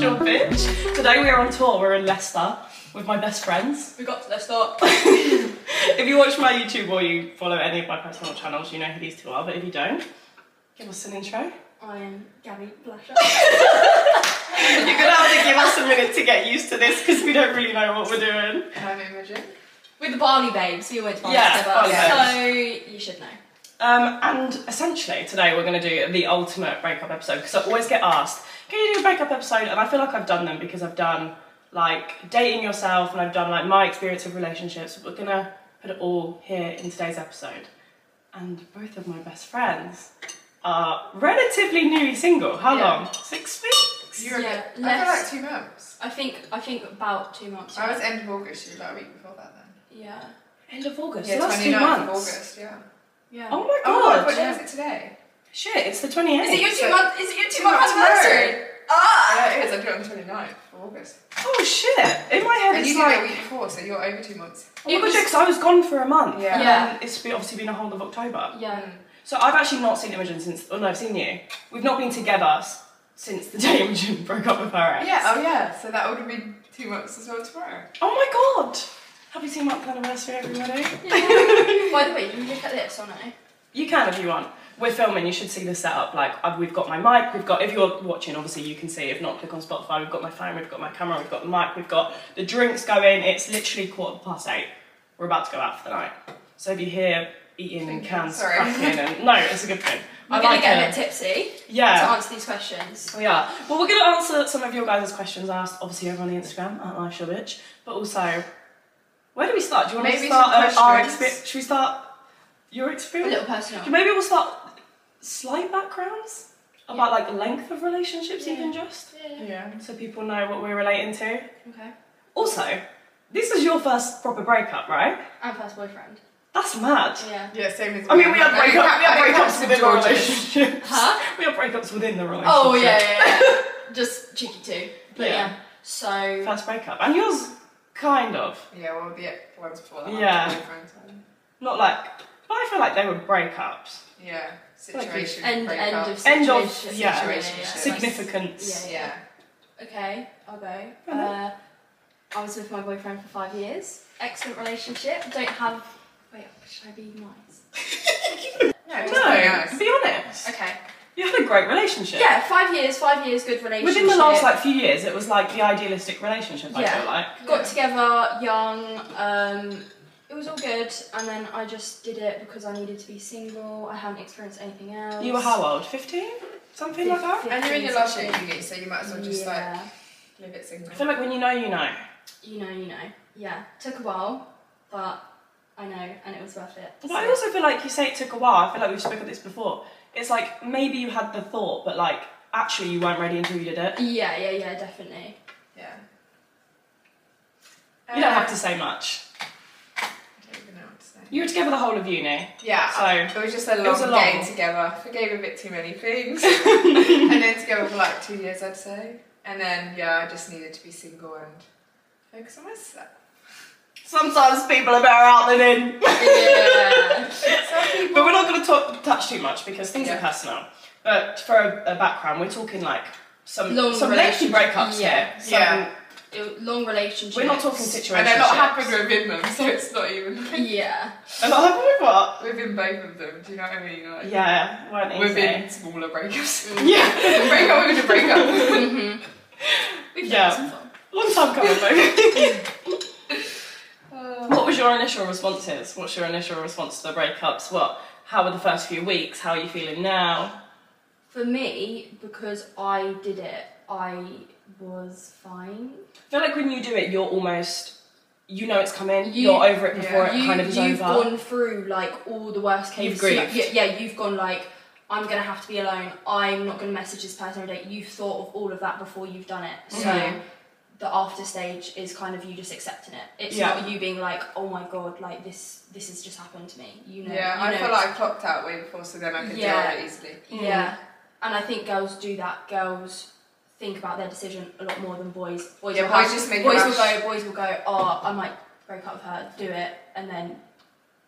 bitch. Today we are on tour. We're in Leicester with my best friends. We got to, let's start. If you watch my YouTube or you follow any of my personal channels, you know who these two are. But if you don't, give us an intro. I am Gabby Blusher. You're gonna have to give us a minute to get used to this because we don't really know what we're doing. I'm Imogen. With the Barley Babes, we went to Barley Yeah, together. Barley So you should know. Um, and essentially, today we're going to do the ultimate breakup episode because I always get asked, "Can you do a breakup episode?" And I feel like I've done them because I've done like dating yourself and I've done like my experience of relationships. We're gonna put it all here in today's episode. And both of my best friends are relatively newly single. How Yeah. long? Six weeks. You were Yeah, I feel less- like two months. I think I think about two months. I was end of August, you were about a week before that then. yeah. End of August. Yeah, so that's two 29th of months. August, yeah. Yeah. Oh my Oh my god! god, what day is it today? Shit, it's the twenty eighth. Is it your two So- month? Is it your two Two month months Ah! anniversary? Yeah, it is, I do it on the 29th of August. Oh shit! In my head, And it's you did it like a week before, so you're over two months. Oh my gosh, because I was gone for a month. Yeah. And then it's been, obviously been a whole of October. Hmm. Yeah. So I've actually not seen Imogen since. Oh no, I've seen you. We've not been together s- since the day Imogen broke up with her ex. Yeah, oh yeah, so that would have been two months as well tomorrow. Oh my god! Happy two month anniversary, everybody. By the way, you look at this or no? You can if you want. We're filming. You should see the setup. Like i we've got my mic. We've got. If you're watching, obviously you can see. If not, click on Spotify. We've got my phone. We've got my camera. We've got the mic. We've got the drinks going. It's literally quarter past eight. We're about to go out for the night. So if you hear eating and cans Sorry. cracking, and no, it's a good thing. I'm gonna get a bit tipsy to Yeah, answer these questions. we are. Well, we're going to answer some of your guys' questions I asked, obviously, over on the Instagram at Lisha Bitch, but also, where do we start? Do you want Maybe to start some uh, our questions. experience? Should we start your A experience? little personal. Maybe we'll start slight backgrounds about like length of relationships, Yeah. even just Yeah. so people know what we're relating to. Okay. Also, this is your first proper breakup, right? And first boyfriend. That's mad. Yeah. Yeah, same as I mean, we had, I think breakup, that- we had I think breakups that's within our George's. relationship. Huh? We had breakups within the relationship. Oh yeah, yeah, yeah. Just cheeky too. But Yeah. yeah. So First breakup. And yours, kind of. Yeah, well, the ones before that. Yeah. my boyfriend's one. Not like, but I feel like they were breakups. Yeah, Like you- situation. end end breakup. of situation. End of- yeah. yeah, Significance. Yeah. Yeah. Okay, I'll go. Uh-huh. Uh, Hello. I was with my boyfriend for five years. Excellent relationship. Don't have. Wait, should I be nice? No, just very No, nice. be honest. Okay. You had a great relationship. Yeah, five years. Five years, good relationship. Within the last like few years, it was like the idealistic relationship. I Yeah. feel like. got together young. Um, it was all good, and then I just did it because I needed to be single. I hadn't experienced anything else. You were how old? Fifteen? Something like that. And you're in your last year of uni, so you might as well just yeah. like live it single. I feel like when you know, you know. You know, you know. Yeah, took a while, but I know, and it was worth it. But So- I also feel like you say it took a while. I feel like we've spoken this before. It's like maybe you had the thought, but like actually you weren't ready until you did it. Yeah, yeah, yeah, definitely. Yeah. You don't have to say much. I don't even know what to say. You were together the whole of uni. Yeah. So- it was just a long, was a long- day together. Forgave a bit too many things. and then together for like two years, I'd say. And then, yeah, I just needed to be single and focus on myself. Sometimes people are better out than in. yeah. Some people- But we're not going to talk touch too much because things are Yeah. personal. But for a, a background, we're talking like some Long some lengthy relationship. breakups Yeah. here. Some- Yeah. It- Long relationships. We're not talking And situations. they're not happened within them, so it's not even Yeah. A lot happened with what? within both of them. Do you know what I mean? Like, Yeah, weren't easy. Within smaller breakups. Yeah, breakup within a breakup. We've Yeah. done some fun. long time coming though. Uh, what was your initial responses? What's your initial response to the breakups? What? How were the first few weeks? How are you feeling now? For me, because I did it, I was fine. I feel like when you do it, you're almost you know it's coming. You- You, are over it before you, it kind of is you've over. gone through like all the worst You've cases. grieved. You- yeah, yeah, you've gone like, I'm gonna have to be alone. I'm not gonna message this person every day. You've thought of all of that before you've done it. So Mhm. the after stage is kind of you just accepting it. It's Yeah. not you being like, oh my god, like this, this has just happened to me. You know. yeah, you I know feel it's- like I clocked out way before, so then I could Yeah. deal with it easily. Yeah, and I think girls do that. Girls think about their decision a lot more than boys. Boys, Yeah, will, boys have- just make a boys will rush. go. Boys will go. Oh, I might break up with her, do it, and then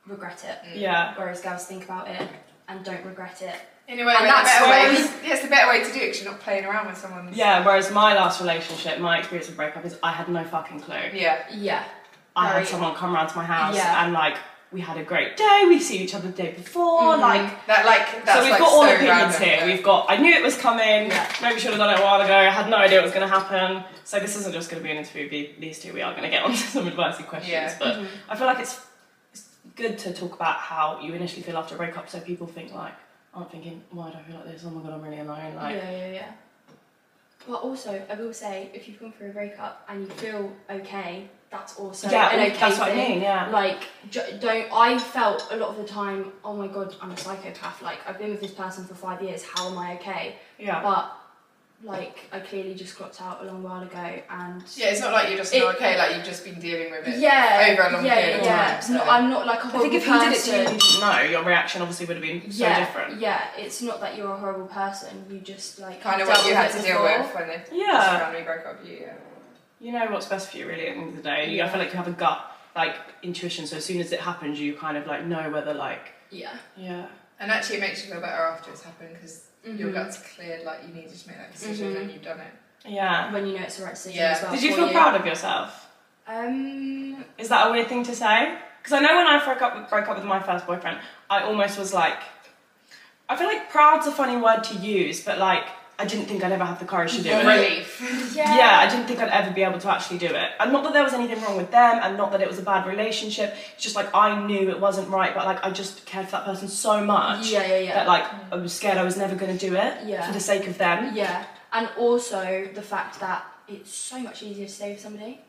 regret it. yeah, Mm. Whereas girls think about it, and don't regret it. In a way, And we're the that's better way. why- Yeah, it's the better way to do it 'cause you're not playing around with someone. Yeah, whereas my last relationship, my experience of breakup is I had no fucking clue. Yeah. Yeah. I Very- had someone come round to my house Yeah. and like we had a great day, we see each other the day before, Mm-hmm. like That like that's so we've like got so all opinions random. here. We've got I knew it was coming, Yeah. maybe should have done it a while ago, I had no idea it was gonna happen. So this isn't just gonna be an interview, the- these two we are gonna get onto some advice and questions. Yeah. But Mm-hmm. I feel like it's it's good to talk about how you initially feel after a breakup so people think like aren't thinking, Why do I feel like this? Oh my god, I'm really alone, like yeah, yeah, yeah. But also, I will say, if you've gone through a breakup and you feel okay, that's also an okay that's thing. what I mean, yeah. Like, j- don't. I felt a lot of the time, oh my god, I'm a psychopath. Like, I've been with this person for five years. How am I okay? Yeah. But like, I clearly just clocked out a long while ago, and Yeah, it's not like you're just It- not okay. Like you've just been dealing with it. yeah, over a long yeah, period of yeah. time, so- No, I'm not like I a horrible think if you person. did it to you and didn't know, your reaction obviously would have been so yeah, different. yeah. It's not that you're a horrible person. You just like Kind of dealt what you with had it to deal before. with when they Yeah. family broke up. with you, Yeah. You know what's best for you really at the end of the day. You, I feel like you have a gut like intuition, so as soon as it happens you kind of like know whether like Yeah. yeah. And actually, it makes you feel better after it's happened because your Mhm. gut's cleared. Like you needed to make that decision Mhm. and you've done it. Yeah. when you know it's the right decision Yeah. as well. Did you for feel proud of yourself? Um, Is that a weird thing to say? Because I know when I broke up, broke up with my first boyfriend, I almost was like, I feel like proud's a funny word to use, but like I didn't think I'd ever have the courage to do it. Relief. yeah. yeah, I didn't think I'd ever be able to actually do it. And not that there was anything wrong with them, and not that it was a bad relationship. It's just like I knew it wasn't right, but like I just cared for that person so much Yeah, yeah, yeah. that like I was scared I was never going to do it Yeah. for the sake of them. Um, yeah, and also the fact that it's so much easier to stay with somebody.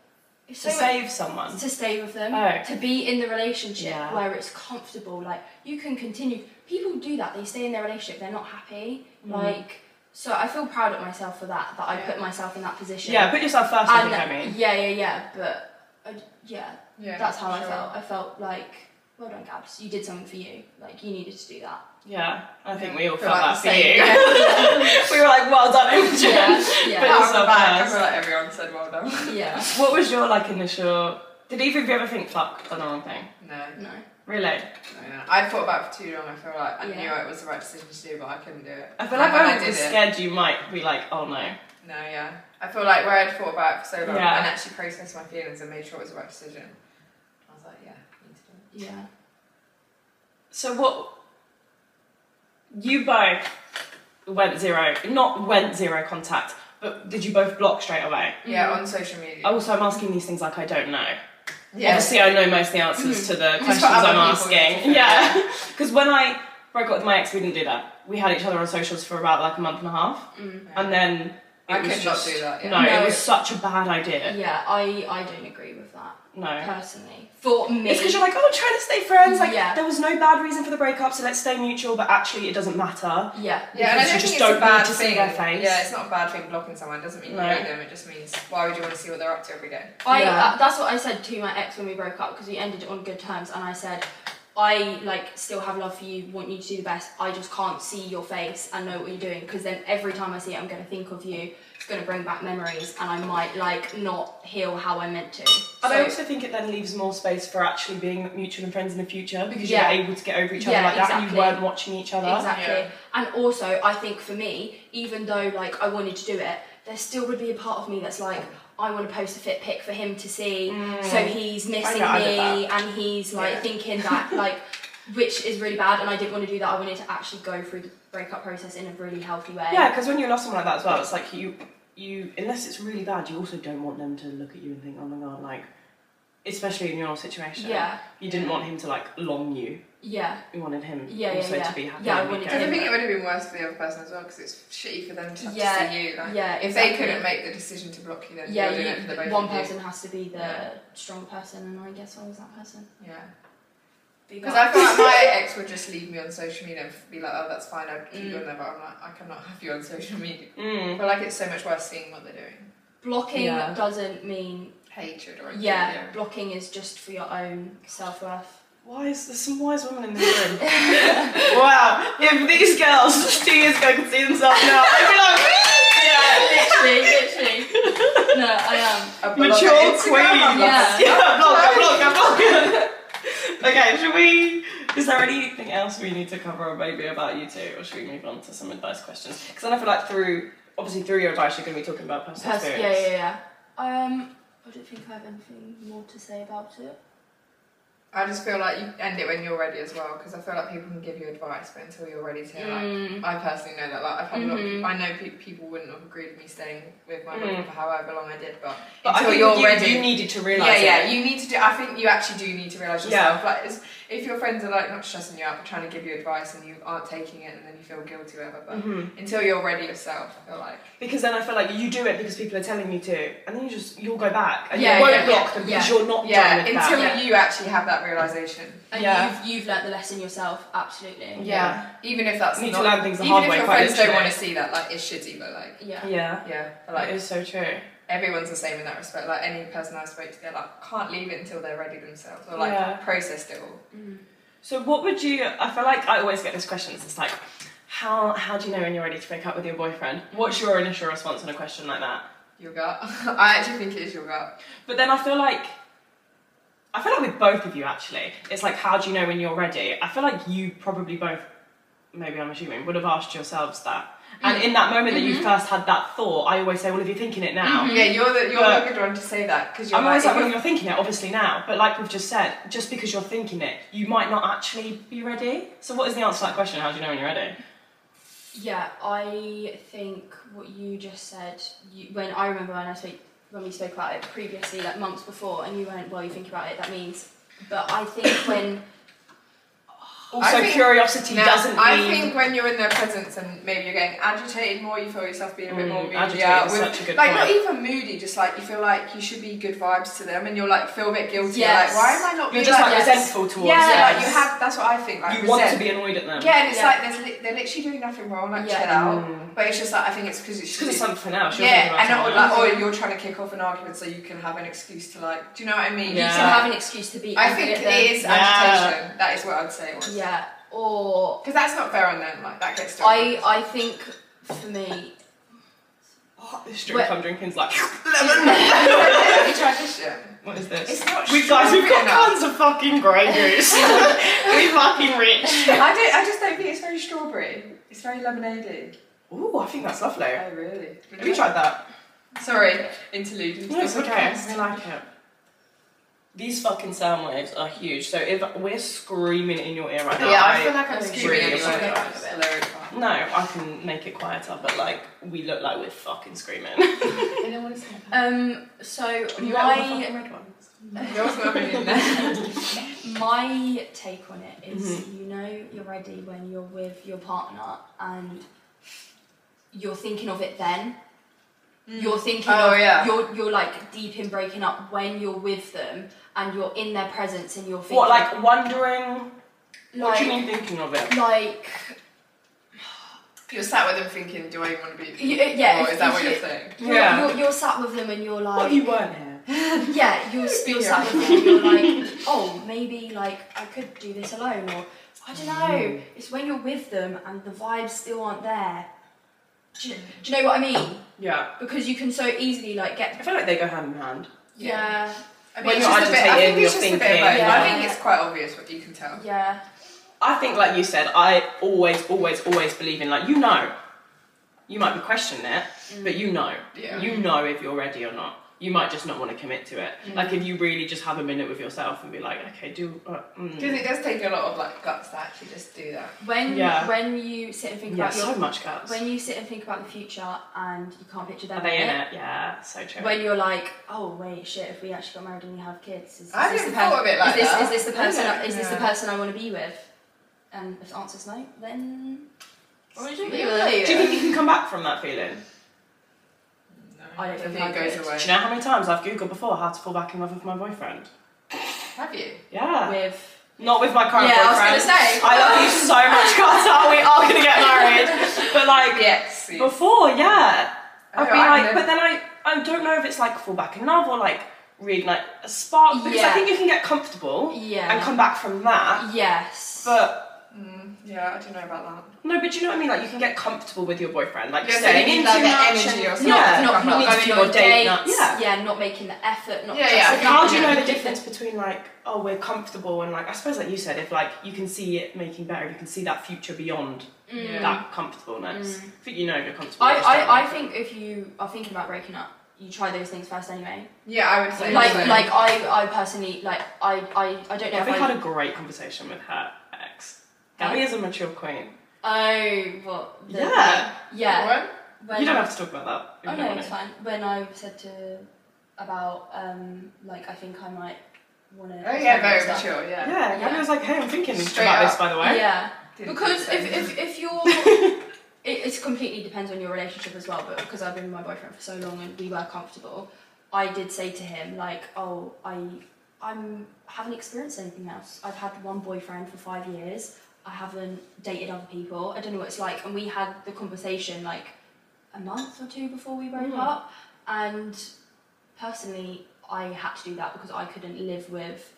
It's so To much save someone. to stay with them, Oh. to be in the relationship Yeah. where it's comfortable. Like you can continue. People do that. They stay in their relationship. They're not happy. Mm. Like so, I feel proud of myself for that. That I Yeah. put myself in that position. Mm. Yeah, put yourself first. I And- think I mean. yeah, yeah, yeah. But I, yeah, Yeah. that's how I sure. felt. I felt like, well done, Gabs. You did something for you. Like you needed to do that. Yeah, I think we all Feel felt like that the for same, you. we were like, well done, Imogen. Yeah, yeah. Put Pat on the yourself back. I first. feel like everyone said well done. Yeah. What was your like initial? Did either of you ever think, fuck, done the wrong thing? No. No. Really? no, no. I thought about it for too long. I feel like I Yeah. knew it was the right decision to do, but I couldn't do it. I feel like And when I, was scared you might be like, oh no. No, yeah. I feel like where I'd thought about it for so long Yeah. and actually processed my feelings and made sure it was the right decision, I was like, yeah, I need to do it. Yeah. So what? You both went zero, not went zero contact, but did you both block straight away? Yeah, on social media. Also, I'm asking these things like I don't know. yeah. Oh, Mm-hmm. Obviously, I know most of the answers to the for questions other I'm people, it's asking. different, Yeah, because when I broke up with my ex, we didn't do that. We had each other on socials for about like a month and a half, Mm. and then it I was could not just do that, yeah. no, No. it was such a bad idea. Yeah, I, I don't agree with that No. personally. For me, It's because you're like, oh, trying to stay friends. Like, Yeah. there was no bad reason for the breakup, so let's stay mutual. But actually, it doesn't matter. yeah, Yeah, and I because don't you think just it's don't a bad need to see thing. their face. Yeah, it's not a bad thing blocking someone. It doesn't mean you No. hate them. It just means why would you want to see what they're up to every day? I Yeah. uh, that's what I said to my ex when we broke up because we ended on good terms, and I said. I like still have love for you, want you to do the best. I just can't see your face and know what you're doing because then every time I see it, I'm gonna think of you. It's gonna bring back memories, and I might like not heal how I meant to. And I So- also think it then leaves more space for actually being mutual and friends in the future because Yeah. you're able to get over each other Yeah, like that and exactly. you weren't watching each other. Exactly. Yeah. And also, I think for me, even though like I wanted to do it, there still would be a part of me that's like, I want to post a fit pic for him to see, so Mm. he's missing I did me, and he's like Yeah. thinking that like, which is really bad. And I didn't want to do that. I wanted to actually go through the breakup process in a really healthy way. Yeah, because when you love someone like that as well, it's like you, you unless it's really bad, you also don't want them to look at you and think, oh my god, like, especially in your situation. Yeah. You didn't want him to like long you. Yeah. You wanted him Yeah, yeah, also yeah. to be happy. Yeah, I and wanted okay. Because I to- think it would have been worse for the other person as well because it's shitty for them to have Yeah, to see you. Like, yeah, if exactly. they couldn't make the decision to block you, then Yeah, you're doing it you, for the both one of you. person has to be the Yeah. strong person, and I guess I was that person. Yeah. Big Because up. I feel like my ex would just leave me on social media and be like, oh, that's fine, I'd keep you on there, but I'm like, I cannot have you on social media. Mm. I feel like it's so much worse seeing what they're doing. blocking Yeah. doesn't mean Hatred or anything. yeah, blocking is just for your own self worth. Wise, there's some wise women in this room. wow, if these girls two years ago could see themselves now, they'd be like, yeah, literally, literally. No, I am. A blog mature on Instagram, queen. I'm like, Yeah. yeah, blogger, blogger, blogger. okay, should we Is there anything else we need to cover, or maybe about you two, or should we move on to some advice questions? Because then I feel like through obviously through your advice, you're going to be talking about personal Pers- yeah, experience. yeah, yeah. Um, I don't think I have anything more to say about it. I just feel like you end it when you're ready as well, because I feel like people can give you advice, but until you're ready to, like, Mm. I personally know that. Like, I've had a lot of Mhm. peop- I know pe- people wouldn't have agreed with me staying with my mum Mm-hmm. Mm. for however long I did, but, But I until think you're you, ready, you needed to realise. yeah, yeah, it. you need to do. I think you actually do need to realise yourself. Like, it's, if your friends are like not stressing you out, but trying to give you advice, and you aren't taking it, and then you feel guilty, or whatever. But Mhm. until you're ready yourself, I feel like Because then I feel like you do it because people are telling you to, and then you just you'll go back and Yeah, you won't yeah, block yeah, them because yeah. you're not yeah, done with until that. Yeah. you actually have that realization. And Yeah. you've, you've learnt the lesson yourself, absolutely. Yeah. even if that's You need not, to learn things the even hard if way, your quite friends don't literally. want to see that, like it's shitty, but like Yeah. Yeah, yeah, but, that like is so true. everyone's the same in that respect. Like any person I spoke to, they're like can't leave it until they're ready themselves or like Yeah. processed it all. Mm. So what would you? I feel like I always get this question. so It's like, how how do you know when you're ready to break up with your boyfriend? What's your initial response on a question like that? Your gut. I actually think it is your gut. But then I feel like. I feel like with both of you actually, it's like how do you know when you're ready? I feel like you probably both, maybe I'm assuming, would have asked yourselves that. And in that moment that you first had that thought, I always say, well, if you're thinking it now, Yeah, you're the you're But- the good one to say that because Mm-hmm. you're Mm-hmm. I'm always like, like, well, you're thinking it, obviously now, but like we've just said, just because you're thinking it, you might not actually be ready. So, what is the answer to that question? How do you know when you're ready? Yeah, I think what you just said, you, when I remember when I spoke, when we spoke about it previously, like months before, and you went, well, you think about it, that means. But I think when, Also, think- curiosity Now, doesn't I mean. think when you're in their presence and maybe you're getting agitated more, you feel yourself being a bit Mm, more moody. agitated out is with- such a good like point. not even moody, just like you feel like you should be good vibes to them, and you're like feel a bit guilty. you're Yes. like why am I not? you're being just like like yes. resentful towards Yeah, them. like yes. you have. That's what I think. Like you want to resent. be annoyed at them. Yeah, and it's Yeah. like there's li- they're literally doing nothing wrong. Like Yeah. chill out. Mm. But it's just like I think it's because it's It's because it's something else. You're yeah, thinking and about or, something else. like, or you're trying to kick off an argument so you can have an excuse to like. Do you know what I mean? Yeah. you can have an excuse to be. I angry think at them. it is Yeah. agitation. That is what I'd say. Because Yeah, or that's not fair on them. Like that gets. to I I think for me, Oh, this drink Wait. I'm drinking's like. Let me try this shit. What is this? It's not we guys, strong we've got enough. tons of fucking grey goose. we fucking rich. I don't. I just don't think it's very strawberry. It's very lemonadey. Ooh, I think that's lovely. Have Oh really? you tried that? Sorry, interlude. into No, it's the okay. podcast. I like it. These fucking sound waves are huge. So if we're screaming in your ear right now, Yeah, I feel like I'm I screaming really anyway. apologise. It's hilarious. no, I can make it quieter, but like we look like we're fucking screaming. They don't want to see um, so You know, all the my fucking red ones. that. Yours not really in there. my take on it is Mm-hmm. you know you're ready when you're with your partner and you're thinking of it then. You're thinking Oh, of yeah. you're you're like deep in breaking up when you're with them and you're in their presence and you're thinking What, like wondering? What do you like- mean thinking of it? like You're sat with them thinking, do I even want to be? with Y- them? yeah, Or if- is that if what you're you- saying? you're, Yeah. you're, you're sat with them and you're like What if you weren't here? Yeah, you're still Yeah. sat with them. You're like, oh, maybe like I could do this alone, or I don't Mm. know. It's when you're with them and the vibes still aren't there. Do you, do you know what I mean? Yeah, Because you can so easily like I get feel like they go hand in hand. yeah I mean, When it's you're just a bit- I agitated, think it's you're just a bit of both. thinking, yeah. I think it's quite obvious what you can tell. yeah I think, like you said, I always, always, always believe in like you know. You might be questioning it, but you know. Yeah. You know if you're ready or not. You might just not want to commit to it. Like if you really just have a minute with yourself and be like, okay, do. Uh, mm. Because it does take a lot of like guts to actually just do that. when Yeah. when you sit and think Yeah, about your so much guts. when you sit and think about the future and you can't picture them Are they in it? Yeah, so true. When you're like, oh wait, shit, if we actually got married and we have kids, is, is I this the didn't person? thought of it like is this, that. is this the person? Yeah. Is this the Yeah. person I want to be with? And if the answer's no, then what would you be with? Really? do you think you can come back from that feeling? No, I don't think I it goes could. Do you away. know how many times I've googled before how to fall back in love with my boyfriend? Have you? Yeah. With Not with my current Yeah, I was boyfriend. gonna say. I love you so much, Carter. We are gonna get married. But like, Yes. Before, yeah. Oh, I'd be I like, know. but then I, I don't know if it's like fall back in love or like read like a spark because I Yeah. think you can get comfortable Yeah. and come back from that. yes, But Mm, yeah, I don't know about No, but you know what I mean? Like, you can get comfortable with your boyfriend. Like, Yeah, so staying you need, in like, too that much and- energy or something. Yeah, Not- not not not going going to on your date night. dates. Yeah. yeah, not making the effort. Not Yeah, just yeah. Like, how do you Yeah. know the difference between like, oh, we're comfortable and like, I suppose like you said, if like you can see it making better, you can see that future beyond Mm. Yeah. that comfortableness. I think you know if you're comfortable. I, you just don't I, I like it. think if you are thinking about breaking up, you try those things first anyway. that. Yeah, I would say Like so. like I, I personally like I, I, I don't know I if think I I had a great conversation with her ex. Yeah? Gabby is a mature queen. Oh what the Yeah. Yeah. What? When, you don't have to talk about that. Oh If you don't no, want it's to. fine. When I said to about um like I think I might wanna Oh yeah, very stuff. mature. Yeah. Yeah, Gabby Yeah. was like, hey, I'm thinking Straight about this, up. by the way. Yeah. Didn't Because think if, so. if, if you're it, it's completely depends on your relationship as well, but because I've been with my boyfriend for so long and we were comfortable, I did say to him like, Oh, I I'm haven't experienced anything else. I've had one boyfriend for five years, I haven't dated other people, I don't know what it's like and we had the conversation like a month or two before we broke Hmm. Mm. up and personally I had to do that because I couldn't live with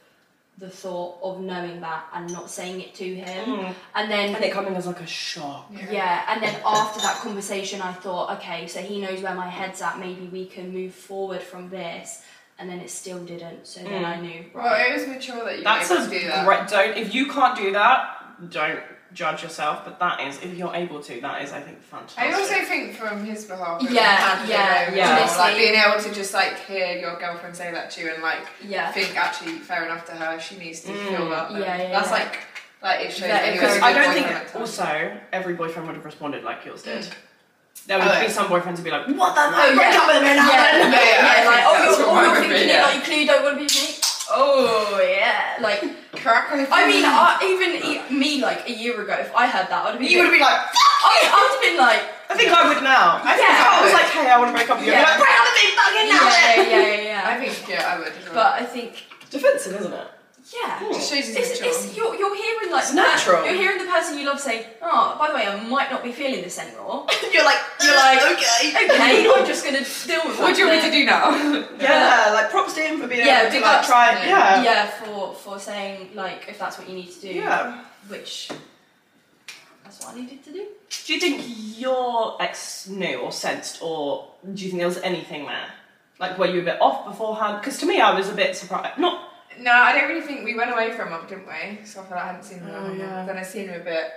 the thought of knowing that and not saying it to him Hmm. Mm. and then And it coming as like a shock. Yeah. yeah, and then after that conversation, I thought, okay, so he knows where my head's at. Maybe we can move forward from this. And then it still didn't. So then Mm. I knew. Well, Right. it was mature that you That's were a able to do that. great. Don't if you can't do that, don't judge yourself. But that is if you're able to, that is I think fantastic. I also think from his behalf, it Yeah, was handling yeah, over yeah. well, Like Honestly. being able to just like hear your girlfriend say that to you and like yeah. think actually fair enough to her, she needs to Mm. feel that. then. Yeah, yeah, That's yeah. like like it shows Yeah, that you because were a I good don't boyfriend at think the time. also every boyfriend would have responded like yours did. Mm. There would Oh, be yeah. some boyfriends who'd be like, "What the fuck? yeah. Break up with me now!" Yeah, then." yeah, yeah, Yeah, Like, I think oh, that's you're, what oh, I you're would thinking be, yeah. like, clearly don't want to be with me. Oh yeah. Like, Crack open. I mean, I, even e- me, like a year ago, if I heard that, I'd have been. You would have been like, "Fuck!" I, I would have been like, I think I would now. I think Yeah. I was like, "Hey, I want to break up with you." I'd be Yeah. like, "Break up with me fucking now!" yeah, then." yeah, yeah, yeah. I think yeah, I would. as well. But I think, Defensive, isn't it? yeah. Hmm. it shows he's It's, mature. it's, you're, you're hearing like It's the per- natural. You're hearing the person you love say, "Oh, by the way, I might not be feeling this anymore." You're like, You're like, okay. Okay, I'm just gonna deal with what do you want me to do now? Yeah, like props to him for being Yeah, able to big like ups. try. Yeah. Yeah. Yeah, for for saying like if that's what you need to do. Yeah. Which that's what I needed to do. Do you think your ex knew or sensed, or do you think there was anything there? Like, were you a bit off beforehand? Because to me, I was a bit surprised. Not. no, I don't really think we went away for a month, didn't we? So I feel like I hadn't seen him. in a Oh, month. yeah. Then I seen him a bit.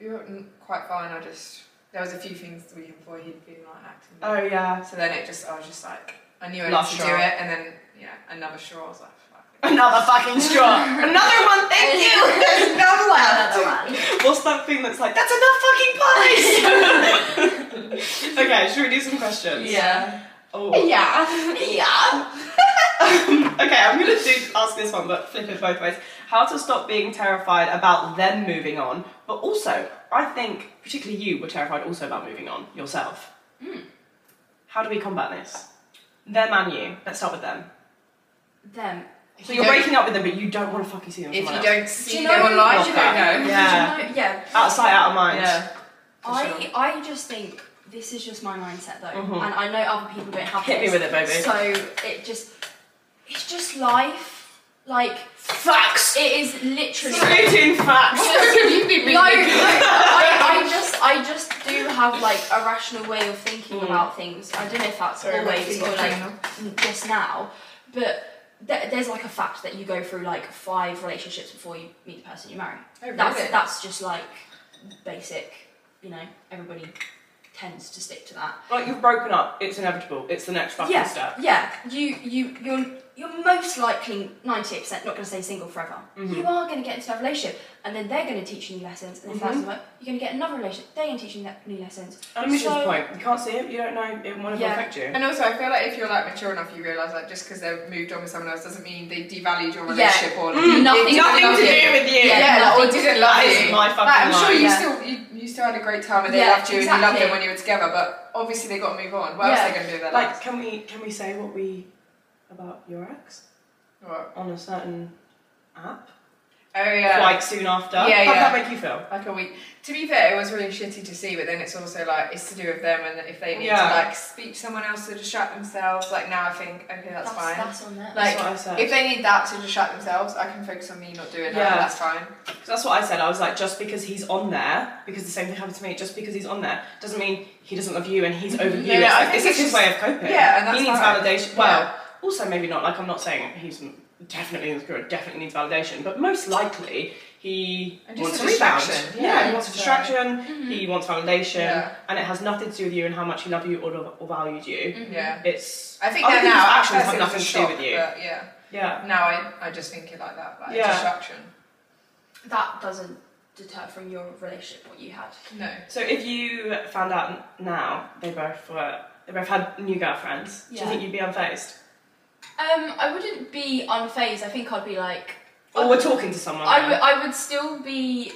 We weren't quite fine. I just there was a few things the week before he'd been like acting. Oh yeah. So then it just, I was just like, I knew I Last had to do straw. it, and then yeah, another straw. I was like, fuck. Another fucking straw. Another one. Thank you. There's none left. What's that thing that's like? That's enough fucking pies. okay, should we do some questions? Yeah. Oh. Yeah. Yeah. Okay, I'm gonna do, ask this one, but flip it both ways. How to stop being terrified about them moving on, but also, I think particularly you were terrified also about moving on yourself. Hmm. How do we combat this? Them and you. Let's start with them. Them. If So you you're don't- breaking up with them, but you don't want to fucking see them. with If you someone don't see you them know- online, Love you don't that. know. Yeah. Do you know- yeah. else. outside, out of mind. Yeah. For I sure. I just think this is just my mindset though, Mhm. and I know other people don't have Hit me this. with it, baby. So it just it's just life. Like Facts. it is literally. Spitting facts. You've been No, reading. no. I, I just, I just do have like a rational way of thinking Mm. about things. I don't know if that's Sorry, I'm always or not like mm, doing just now, but th- there's like a fact that you go through like five relationships before you meet the person you marry. Oh, really? That's that's just like basic. You know, everybody tends to stick to that. Like you've broken up. It's inevitable. It's the next fucking yeah, step. yeah. You you you're you're most likely ninety percent not going to stay single forever. Mhm. You are going to get into a relationship, and then they're going to teach you new lessons, and if that doesn't work, you're going to get another relationship. They're going to teach you ne- new lessons. And Misha's So- point. You can't see it. You don't know. It won't Yeah. affect you. And also, I feel like if you're like mature enough, you realise like just because they've moved on with someone else doesn't mean they devalued your Yeah. relationship or Mm, nothing they to Nothing to devalued do you. with you. Yeah. Yeah, like, or nothing to didn't do- love That is you. my Like, fucking I'm sure line. you Yeah. still you, you still had a great time and they Yeah, loved you and you loved exactly. them when you were together. But obviously they got to move on. What else Yeah. are they going to do with their Like, lives? can we can we say what we about your ex What? on a certain app? Oh yeah. quite soon after. Yeah, How yeah. did that make you feel? like a week. To be fair, it was really shitty to see, but then it's also like it's to do with them, and if they need Yeah. to like speak to someone else to distract themselves, like now I think okay, that's, fine. That's on there. Like, That's what I said. if they need that to distract themselves, I can focus on me not doing that. Yeah. That's fine. 'Cause that's what I said. I was like, just because he's on there, because the same thing happened to me. Just because he's on there doesn't mean he doesn't love you and he's over you. Mm-hmm. No, no, it's I like, think this is it's his just- way of coping. yeah, and that's he needs fine. validation. Yeah. Well, also maybe not. Like I'm not saying he's definitely insecure, definitely needs validation, but most likely he And just wants a a rebound. distraction. Yeah, Yeah, he wants a so- Mm-hmm. distraction. Mm-hmm. He wants validation, Yeah. and it has nothing to do with you and how much he loved you or, or valued you. Mm-hmm. Yeah. It's Mm-hmm. I think Mm-hmm. other that people's now at actions have first it was a nothing to shock, do with you. But yeah. Yeah. Now I, I just think it like that, like Yeah. distraction. that doesn't deter from your relationship what you had. No. So if you found out n- now they both were they both had new girlfriends, do Yeah. you think you'd be unfazed? Um, I wouldn't be unfazed. I think I'd be like, Or we're talking to someone. I now? would- I would still be.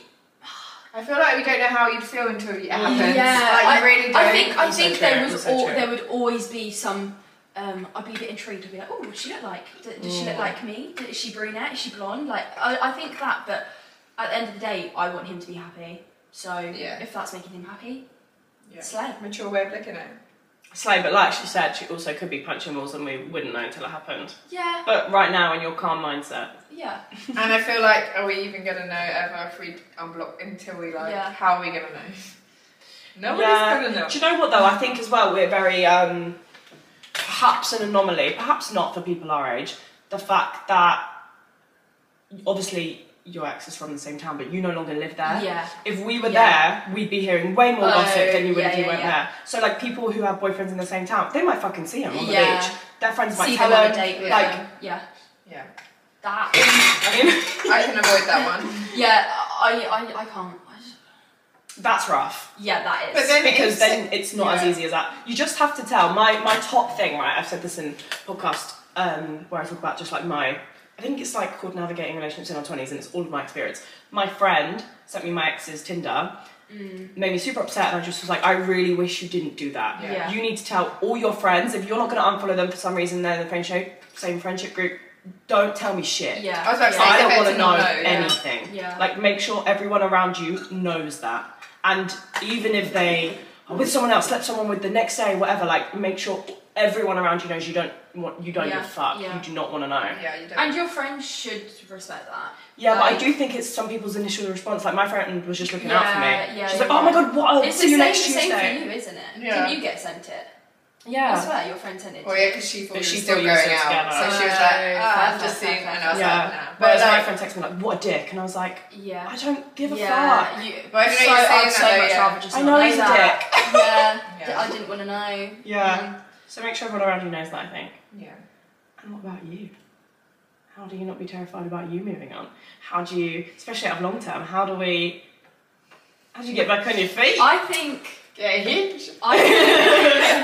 I feel like we don't know how you'd feel until it happens. Yeah, like, you really don't. I, I think I That's so think true, there that's was so al- true. there would always be some. Um, I'd be a bit intrigued. I'd be like, oh, what's she look like? D- Does Mm. she look like me? D- Is she brunette? Is she blonde? Like, I, I think that. But at the end of the day, I want him to be happy. So Yeah. if that's making him happy, Yeah. slay. mature way of looking at it. Slay, but like she said, she also could be punching walls and we wouldn't know until it happened. Yeah, But right now in your calm mindset. yeah, And I feel like, are we even gonna know ever if we unblock until we like? Yeah. How are we gonna know? Nobody's Yeah. gonna know. Do you know what though? I think as well we're very um perhaps an anomaly, perhaps not for people our age, the fact that obviously your ex is from the same town, but you no longer live there. yeah. If we were Yeah. there, we'd be hearing way more Oh, gossip than you would yeah, if you yeah, weren't yeah. there. So like people who have boyfriends in the same town, they might fucking see them on the Yeah. beach. Their friends might See tell them on a them. date with like- them. Yeah, Yeah. that. I mean, I can avoid that one. Yeah, I, I, I can't. I just- that's rough yeah, that is. But then because it's- then it's not as yeah. easy as that. You just have to tell. My my top thing, right? I've said this in podcast um, where I talk about just like my. I think it's like called navigating relationships in our twenties, and it's all of my experience. My friend sent me my ex's Tinder, Mm. made me super upset, and I just was like, I really wish you didn't do that. Yeah. Yeah. You need to tell all your friends if you're not going to unfollow them for some reason. They're in the friendship, same friendship group. Don't tell me shit. yeah. I was about to yeah. say, I don't better want to to know not know, yeah. anything. Yeah. Like, make sure everyone around you knows that. And even if they are with someone else, slept someone with the next day, whatever. Like, make sure everyone around you knows you don't want, you don't Yeah, give a fuck. yeah. You do not want to know. Yeah, you don't. And your friends should respect that. Yeah, but I Like- do think it's some people's initial response. Like, my friend was just looking out for Yeah, me. yeah, She's like, yeah. oh my god, what? I'll it's see the you same, next Tuesday. same for you, isn't it? Yeah. Did you get sent it? I Oh, Yeah. swear your friend sent it. well, to you. yeah, because she thought But we she were still thought going you were out, still together. so she was Oh, like, "Ah, fair, "I'm just fair, seeing," fair, and I was like, "No." Yeah. But Whereas my like, friend texted me, like, what a dick. And I was like, Yeah. I don't give a yeah. fuck. You, But I don't know so, you're saying I'd so that, though, much yeah. rather just I not know he's a that. Mm-hmm. dick. yeah. Yeah. I didn't want to know. Yeah. So make sure everyone around you knows that, I think. "Yeah." And what about you? How do you not be terrified about you moving on? How do you, especially out of long term, how do we, how do you get back on your feet? I think. Get huge. I,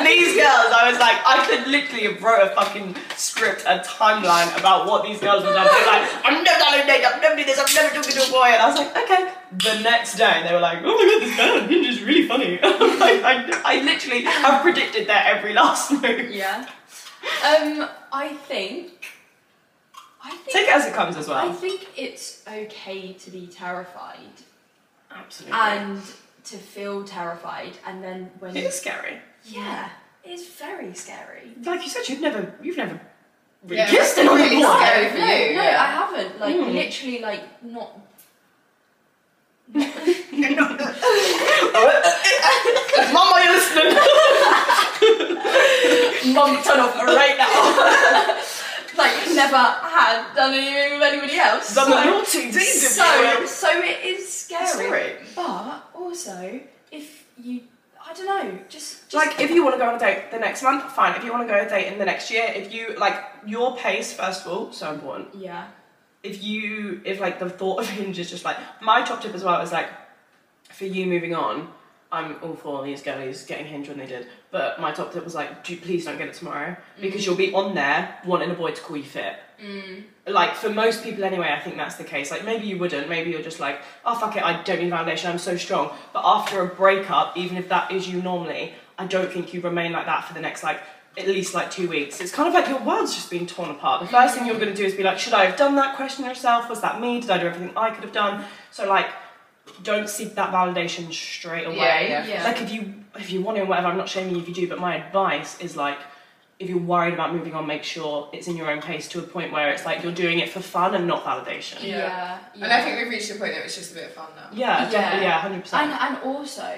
these girls, I was like, I could literally have wrote a fucking script, a timeline about what these girls would done. They're like, I'm never done a date, I'm never doing this, I'm never talking to a boy. And I was like, okay. The next day, they were like, oh my god, this girl on Hinge is really funny. I, I, I literally have predicted their every last move. yeah. Um, I think. I think. Take it as it comes as I well. think it's okay to be terrified Absolutely. and to feel terrified, and then when it is scary. yeah, it's very scary. Like you said, you've never, you've never really Yeah, kissed it's another really boy. scary. for no, you, No, yeah. I haven't. Like Mm. literally, like not. Mum, are you listening? Mum, turn off right now. like never had done anything with anybody else. Some so, naughty deeds of so, yours. so it is scary. Scary. But also, if you, I don't know, just, just Like, if you want to go on a date the next month, fine. If you want to go on a date in the next year, if you like your pace, first of all, so important. yeah, If you, if like the thought of hinge is just like my top tip as well is like for you moving on. I'm all for these girlies getting hinge when they did, but my top tip was like, do, please don't get it tomorrow because you'll be on there wanting a boy to call you fit. Mm. like for most people anyway i think that's the case like maybe you wouldn't maybe you're just like oh fuck it i don't need validation i'm so strong but after a breakup even if that is you normally i don't think you remain like that for the next like at least like two weeks, it's kind of like your world's just been torn apart. The first thing you're going to do is be like, should I have done that? Question yourself, was that me? Did I do everything I could have done? So like, don't seek that validation straight away. yeah. Yeah. Like if you if you want to, whatever. I'm not shaming you if you do, but my advice is like, if you're worried about moving on, make sure it's in your own pace to a point where it's like you're doing it for fun and not validation. Yeah. Yeah, And I think we've reached a point that it's just a bit of fun now. yeah, definitely, yeah, hundred And, percent. and also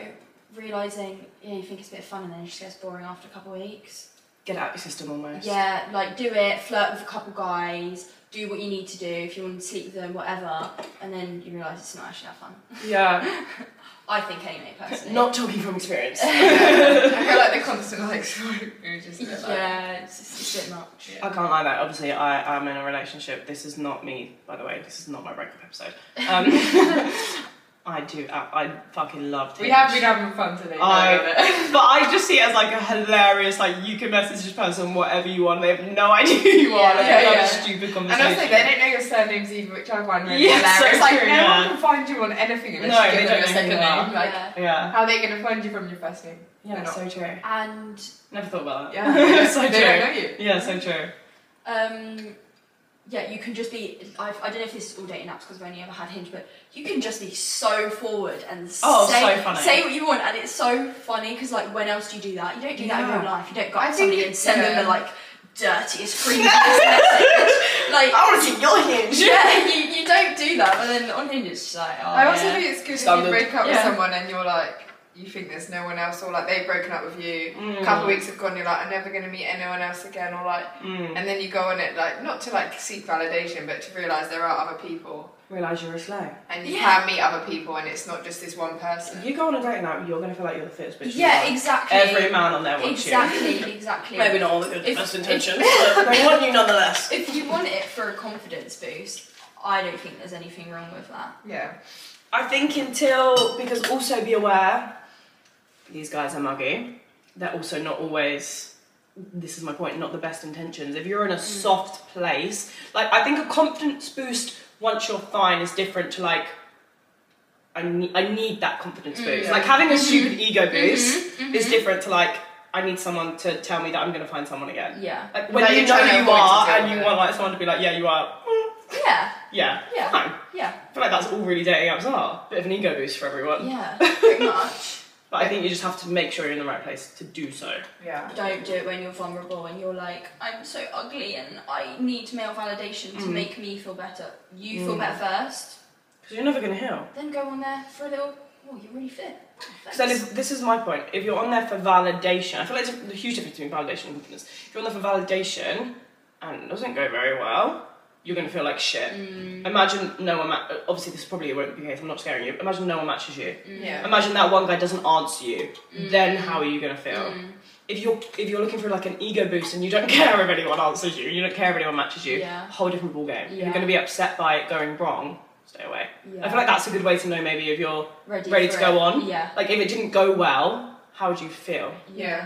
realizing yeah, you think it's a bit of fun and then it just gets boring after a couple of weeks. Get out your system almost. Yeah, like do it, flirt with a couple guys, do what you need to do if you want to sleep with them, whatever, and then you realize it's not actually that fun. yeah. I think anyway, personally. Not talking from experience. I feel like the constant like smoke is just a bit like. yeah, it's, it's a bit much. I can't lie that. Obviously, I am in a relationship. This is not me, by the way. This is not my breakup episode. Um, I do. I, I fucking love Hinge. We have been having fun today. I- though, haven't But I just see it as like a hilarious, like you can message this person whatever you want. They have no idea who you are. Like, Yeah, they have yeah. a stupid we? conversation. and also, they don't know your surnames either, which I find really Yes, so hilarious. like, true, no yeah. one can find you on anything unless No, you give they them don't your know who second you name. are. Like, yeah. yeah. how are they going to find you from your first name? Yeah, They're that's so true. And Never thought about that. Yeah, they so don't- true. they don't know you. Yeah, so true. Um, yeah, you can just be. I've, I don't know if this is all dating apps because I've only ever had Hinge, but you can just be so forward and Oh, so say, funny. say what you want, and it's so funny because like when else do you do that? You don't do that in Yeah. real life. You don't go I up to somebody think- and send yeah. them the like dirtiest, creepiest message. Like want to see your hinge. yeah, you, you don't do that. But then on Hinge it's just like oh, I also yeah. think it's good Standard. if you break up with Yeah. someone and you're like, you think there's no one else, or like they've broken up with you. A couple of weeks have gone, you're like, I'm never going to meet anyone else again, or like, Mm. and then you go on it like not to like seek validation, but to realise there are other people Realize you're a slow. and you Yeah. can meet other people, and it's not just this one person. You go on a date now, you're gonna feel like you're the fittest bitch. in the yeah, world. exactly. Every man on there wants you. exactly, exactly. Maybe not all with the If- best if- intentions, but they want you nonetheless. If you want it for a confidence boost, I don't think there's anything wrong with that. Yeah. I think until because also be aware these guys are muggy. They're also not always this is my point, not the best intentions. If you're in a Hmm. soft place, like I think a confidence boost once you're fine is different to like I need, I need that confidence boost. yeah. Like having a stupid ego Mm-hmm. boost Mm-hmm, is different to like I need someone to tell me that I'm gonna find someone again. Yeah. Like when That you you're know trying to you avoid to are deal and with you it. want like someone to be like, yeah, you are. mm, Yeah. Yeah, Yeah. fine. Yeah. I feel like that's all really dating apps are. Bit of an ego boost for everyone. Yeah. Pretty much. But I think you just have to make sure you're in the right place to do so. Yeah. Don't do it when you're vulnerable and you're like, I'm so ugly and I need male validation to Mm. make me feel better. You feel better first, Because you're never going to heal. then go on there for a little. Oh, you're really fit. Oh, So then thanks." if, this is my point. If you're on there for validation, I feel like there's a huge difference between validation and confidence. If you're on there for validation and it doesn't go very well, you're going to feel like shit. Mm, Imagine no one, ma- obviously this probably won't be the case, I'm not scaring you, but imagine no one matches you. mm, Yeah. Imagine that one guy doesn't answer you. Then how are you gonna feel? If you're if you're looking for like an ego boost and you don't care if anyone answers you, you don't care if anyone matches you, Yeah. whole different ball game. If Yeah. You're gonna be upset by it going wrong. Stay away. Yeah. I feel like that's a good way to know maybe if you're ready, ready for to it. go on. Yeah. Like if it didn't go well, how would you feel? Yeah.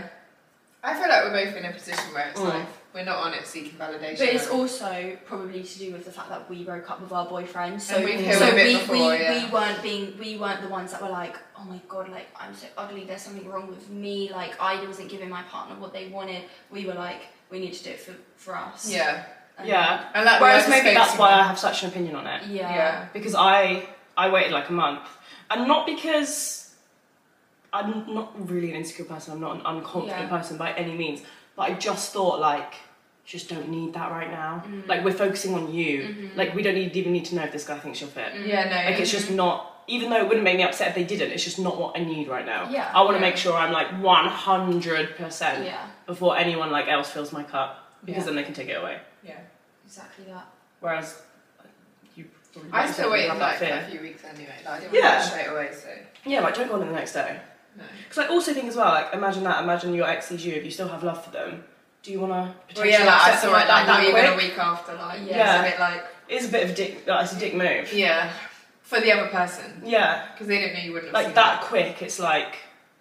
I feel like we're both in a position where it's Mm. like we're not on it seeking validation. But it's all also probably to do with the fact that we broke up with our boyfriend, so And we've healed so a bit we, before, we, yeah. we weren't being we weren't the ones that were like, oh my god, like I'm so ugly, there's something wrong with me, like I wasn't giving my partner what they wanted. We were like, we need to do it for, for us. yeah. And- Yeah. And like, we Whereas are maybe that's disposing- why I have such an opinion on it. Yeah. Yeah. because I I waited like a month, and not because I'm not really an insecure person. I'm not an unconfident Yeah. person by any means, but I just thought like just don't need that right now. Like we're focusing on you. Like we don't need, even need to know if this guy thinks you're fit. Mm-hmm. Yeah, no. Like it's just not. Even though it wouldn't make me upset if they didn't, it's just not what I need right now. Yeah. I want to Yeah. make sure I'm like 100% Yeah, before anyone like else fills my cup because Yeah. then they can take it away. Yeah. exactly that. Whereas you probably I don't still really waited have like that a fear. few weeks anyway. Like, I didn't Yeah. want to straight away, so Yeah, like don't go on the next day. no. Because I also think as well, like imagine that, imagine your ex sees you, if you still have love for them, do you want to Well, potentially yeah, like I accept saw it them like like that, not that even a quick? week after, like Yeah. it's a bit like It's a bit of a dick, like, it's a dick move. yeah, for the other person Yeah, because they didn't know you wouldn't have like seen that quick, it's like,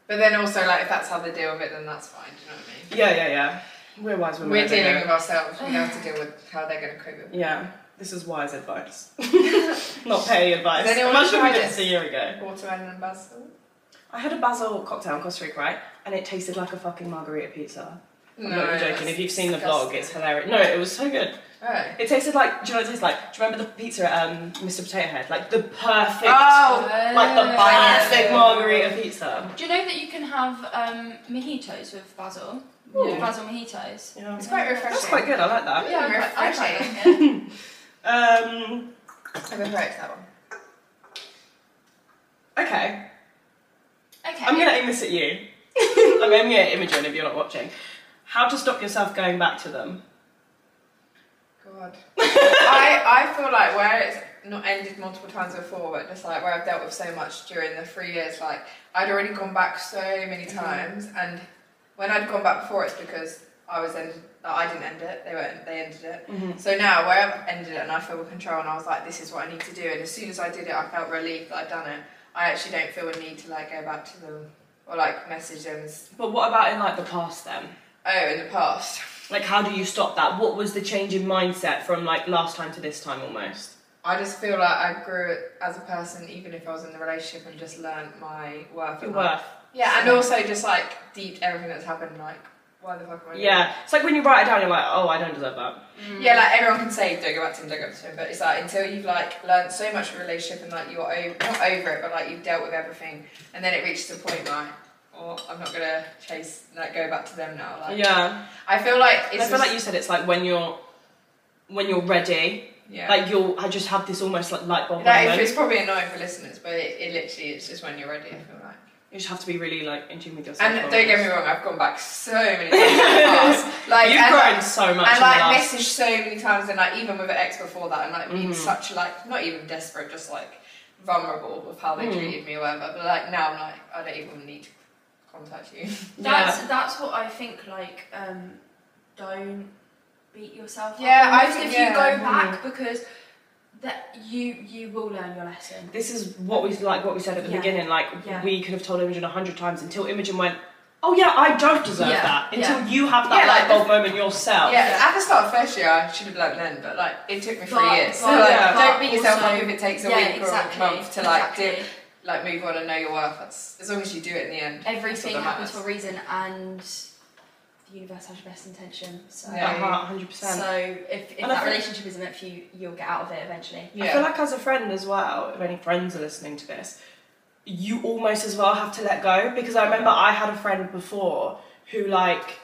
But then also like if that's how they deal with it, then that's fine. Do you know what I mean? yeah, yeah, yeah. We're wise women. We're I don't dealing know. with ourselves. We have to deal with how they're going to cope with it. Yeah, this is wise advice. Not pay advice. Has anyone Imagine tried we did this it? a year ago. Watermelon and basil. I had a basil cocktail in Costa Rica, right? And it tasted like a fucking margarita pizza. I'm not even joking. If you've seen the vlog, it's disgusting. hilarious. No, it was so good. Oh. It tasted like. Do you know what it tastes like? Do you remember the pizza at um, Mr. Potato Head? Like the perfect, Oh, like the yeah. perfect margarita pizza. Do you know that you can have um, mojitos with basil? Ooh. With basil mojitos. Yeah. It's quite refreshing. That's quite good. I like that. Yeah, I quite- I quite refreshing. like it. Um, I've never liked that one. okay, okay. I'm gonna aim this at you. I'm aiming it at Imogen if you're not watching. How to stop yourself going back to them? God. I, I feel like where it's not ended multiple times before, but just like where I've dealt with so much during the three years, like I'd already gone back so many Mm-hmm. times, and when I'd gone back before, it's because I was ended. Like, I didn't end it; they weren't. They ended it. So now where I've ended it, and I feel control, and I was like, this is what I need to do. And as soon as I did it, I felt relief that I'd done it. I actually don't feel a need to like go back to them or like message them. But what about in like the past then? Oh, in the past. Like, how do you stop that? What was the change in mindset from like last time to this time almost? I just feel like I grew as a person, even if I was in the relationship, and just learned my worth. Your and, worth. like- Yeah, and also just like deeped everything that's happened. Like, why the fuck am I? doing Yeah, it's like when you write it down, you're like, oh, I don't deserve that. it? Yeah, like everyone can say don't go back to him, don't go back to him, but it's like until you've like learned so much of a relationship and like you're over, not over it, but like you've dealt with everything, and then it reaches a point like, oh, I'm not gonna chase like go back to them now. Like, Yeah, I feel like I it's feel like you said it's like when you're when you're ready, you yeah. like you'll. I just have this almost like light bulb Like, moment. it's probably annoying for listeners, but it, it literally it's just when you're ready. I feel like. You just have to be really like in tune with yourself. And always. don't get me wrong, I've gone back so many times in the past. Like, You've and, grown so much. and in the like last... messaged so many times, and like even with an ex before that, and like being Mhm. such like not even desperate, just like vulnerable with how they Mm. treated me or whatever. But like now, I'm like I don't even need to contact you. That's that's what I think. Like, um, don't beat yourself. Yeah, up I almost think- if yeah. you go Mm-hmm. back because that you you will learn your lesson. This is what we like. What we said at the Yeah. beginning. Like Yeah. we could have told Imogen a hundred times until Imogen went. Oh yeah, I don't deserve Yeah. that. Until Yeah. you have that Yeah, light like- bulb moment yourself. yeah, at the start of first year, I should have learned then, but like it took me three But- years. So but- like, yeah. don't beat yourself also- up if it takes a yeah, week exactly, or a month to like exactly. do, like move on and know your worth. That's, as long as you do it in the end. Everything That's what happens matters. for a reason, and the universe has your best intention. So, Yeah. Uh-huh, 100%. so if, if And I that think- relationship isn't meant for you, you'll get out of it eventually. Yeah. I feel like as a friend as well, if any friends are listening to this, you almost as well have to let go because I remember I had a friend before who like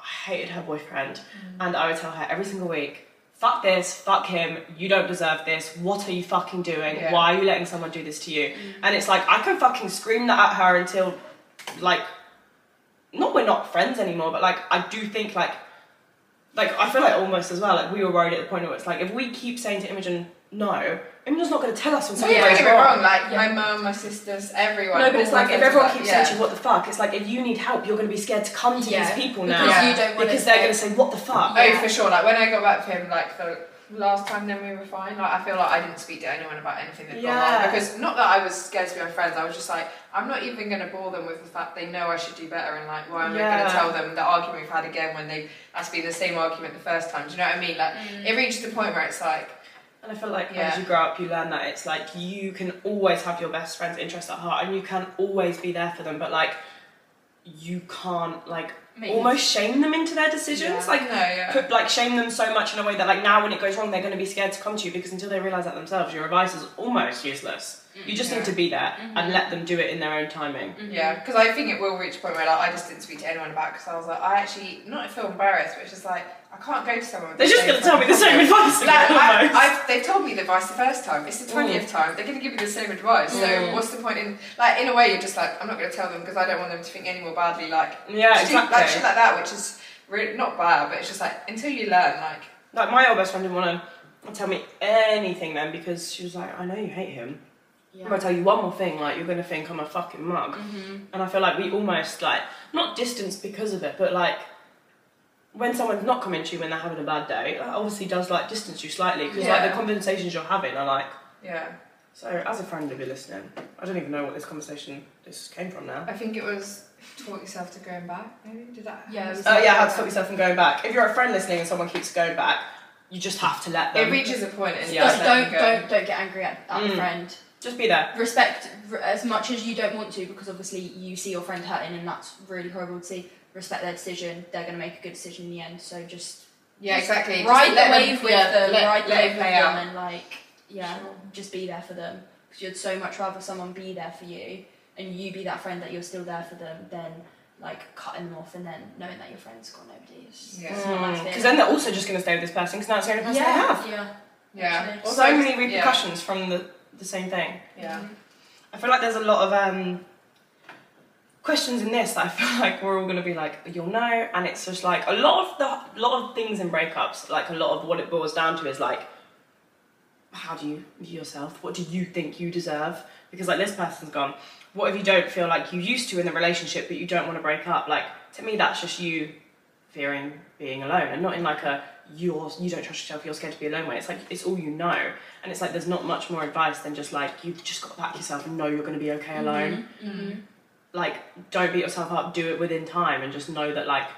I hated her boyfriend Mm. and I would tell her every single week, fuck this, fuck him, you don't deserve this, what are you fucking doing? Yeah. Mm. Why are you letting someone do this to you? And it's like I can fucking scream that at her until like not we're not friends anymore, but like I do think like like I feel like almost as well, like we were worried at the point where it's like if we keep saying to Imogen no, Imogen's not gonna tell us when So something yeah, don't goes get me wrong. wrong, like Yeah. my mum, my sisters, everyone. No, but it's all my like if friends everyone are keeps like, saying to you, what the fuck? It's like if you need help, you're gonna be scared to come to Yeah, these people now. because Yeah. you don't want Because to they're gonna say, what the fuck? Oh, Yeah. for sure. Like when I got back to him, like the last time, then we were fine. Like I feel like I didn't speak to anyone about anything that gone Yeah. on because not that I was scared to be my friends. I was just like, I'm not even going to bore them with the fact they know I should do better, and like why am I going Yeah. to tell them the argument we've had again when they that's been the same argument the first time? Do you know what I mean? Like Mm. it reaches the point where it's like, And I feel like Yeah. as you grow up, you learn that it's like you can always have your best friend's interest at heart and you can always be there for them, but like you can't like Make- almost shame them into their decisions. Yeah. Like No, yeah. put, like shame them so much in a way that like now when it goes wrong, they're going to be scared to come to you because until they realize that themselves, your advice is almost useless. You just Yeah. need to be there Mm-hmm. and let them do it in their own timing. Yeah, because I think it will reach a point where like, I just didn't speak to anyone about because I was like, I actually not feel embarrassed, but it's just like I can't go to someone. with They're the just same going to tell me the fucking same advice. problem. Like, again, almost. I, I, they've told me the advice the first time. It's Mm. the twentieth time. They're going to give me the same advice. So what's the point in like in a way you're just like I'm not going to tell them because I don't want them to think any more badly. Like yeah, shit- like shit exactly. like that, which is really not bad, but it's just like until you learn, like Like my old best friend didn't want to tell me anything then because she was like, I know you hate him. Yeah. I'm gonna tell you one more thing, like you're gonna think I'm a fucking mug. Mm-hmm. And I feel like we almost like not distanced because of it, but like when someone's not coming to you when they're having a bad day, that obviously does like distance you slightly because Yeah. like the conversations you're having are like. yeah. So as a friend, if you're listening, I don't even know what this conversation this came from now. I think it was taught yourself to going back. Maybe did that? Yeah, it was- Oh yeah, how to stop yourself from going back. If you're a friend listening and someone keeps going back, you just have to let them. It reaches a point and you Yeah. just Just let don't them go. don't don't get angry at, at the Mm. friend. Just be there. respect r- as much as you don't want to because obviously you see your friend hurting and that's really horrible to see respect their decision they're going to make a good decision in the end so just Yeah, exactly. Just ride let the wave them- with yeah, them let- ride the let it wave with play them out. and like yeah Sure. just be there for them because you'd so much rather someone be there for you and you be that friend that you're still there for them than like cutting them off and then knowing that your friend's got nobody It's- Yeah. it's not a nice Because feeling. Mm. then they're also just going to stay with this person because now it's the only person they have. yeah Yeah. So Also, So many yeah. repercussions from the, the same thing. Yeah. Mm-hmm. I feel like there's a lot of um, questions in this that I feel like we're all gonna be like, you'll know, and it's just like a lot of the lot of things in breakups, like a lot of what it boils down to is like, how do you view yourself? What do you think you deserve? Because like this person's gone. What if you don't feel like you used to in the relationship, but you don't want to break up? Like to me, that's just you fearing being alone, and not in like a you're you don't trust yourself, you're scared to be alone way. It's like it's all you know. And it's like there's not much more advice than just like you've just got to back yourself and know you're going to be okay alone. Mm-hmm. Mhm. Like don't beat yourself up. Do it within time and just know that like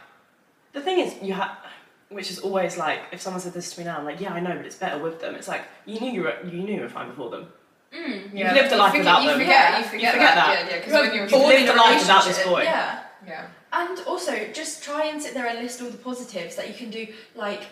the thing is you have, which is always like if someone said this to me now, I'm like yeah I know, but it's better with them. It's like you knew you were you knew you were fine before them. Mm. You've lived a life you forget, without you them. Forget, you You forget, forget that. that. Yeah, yeah. You're Because when you're born born lived a life without this Relationship, boy. yeah yeah, And also, just try and sit there and list all the positives that you can do. Like,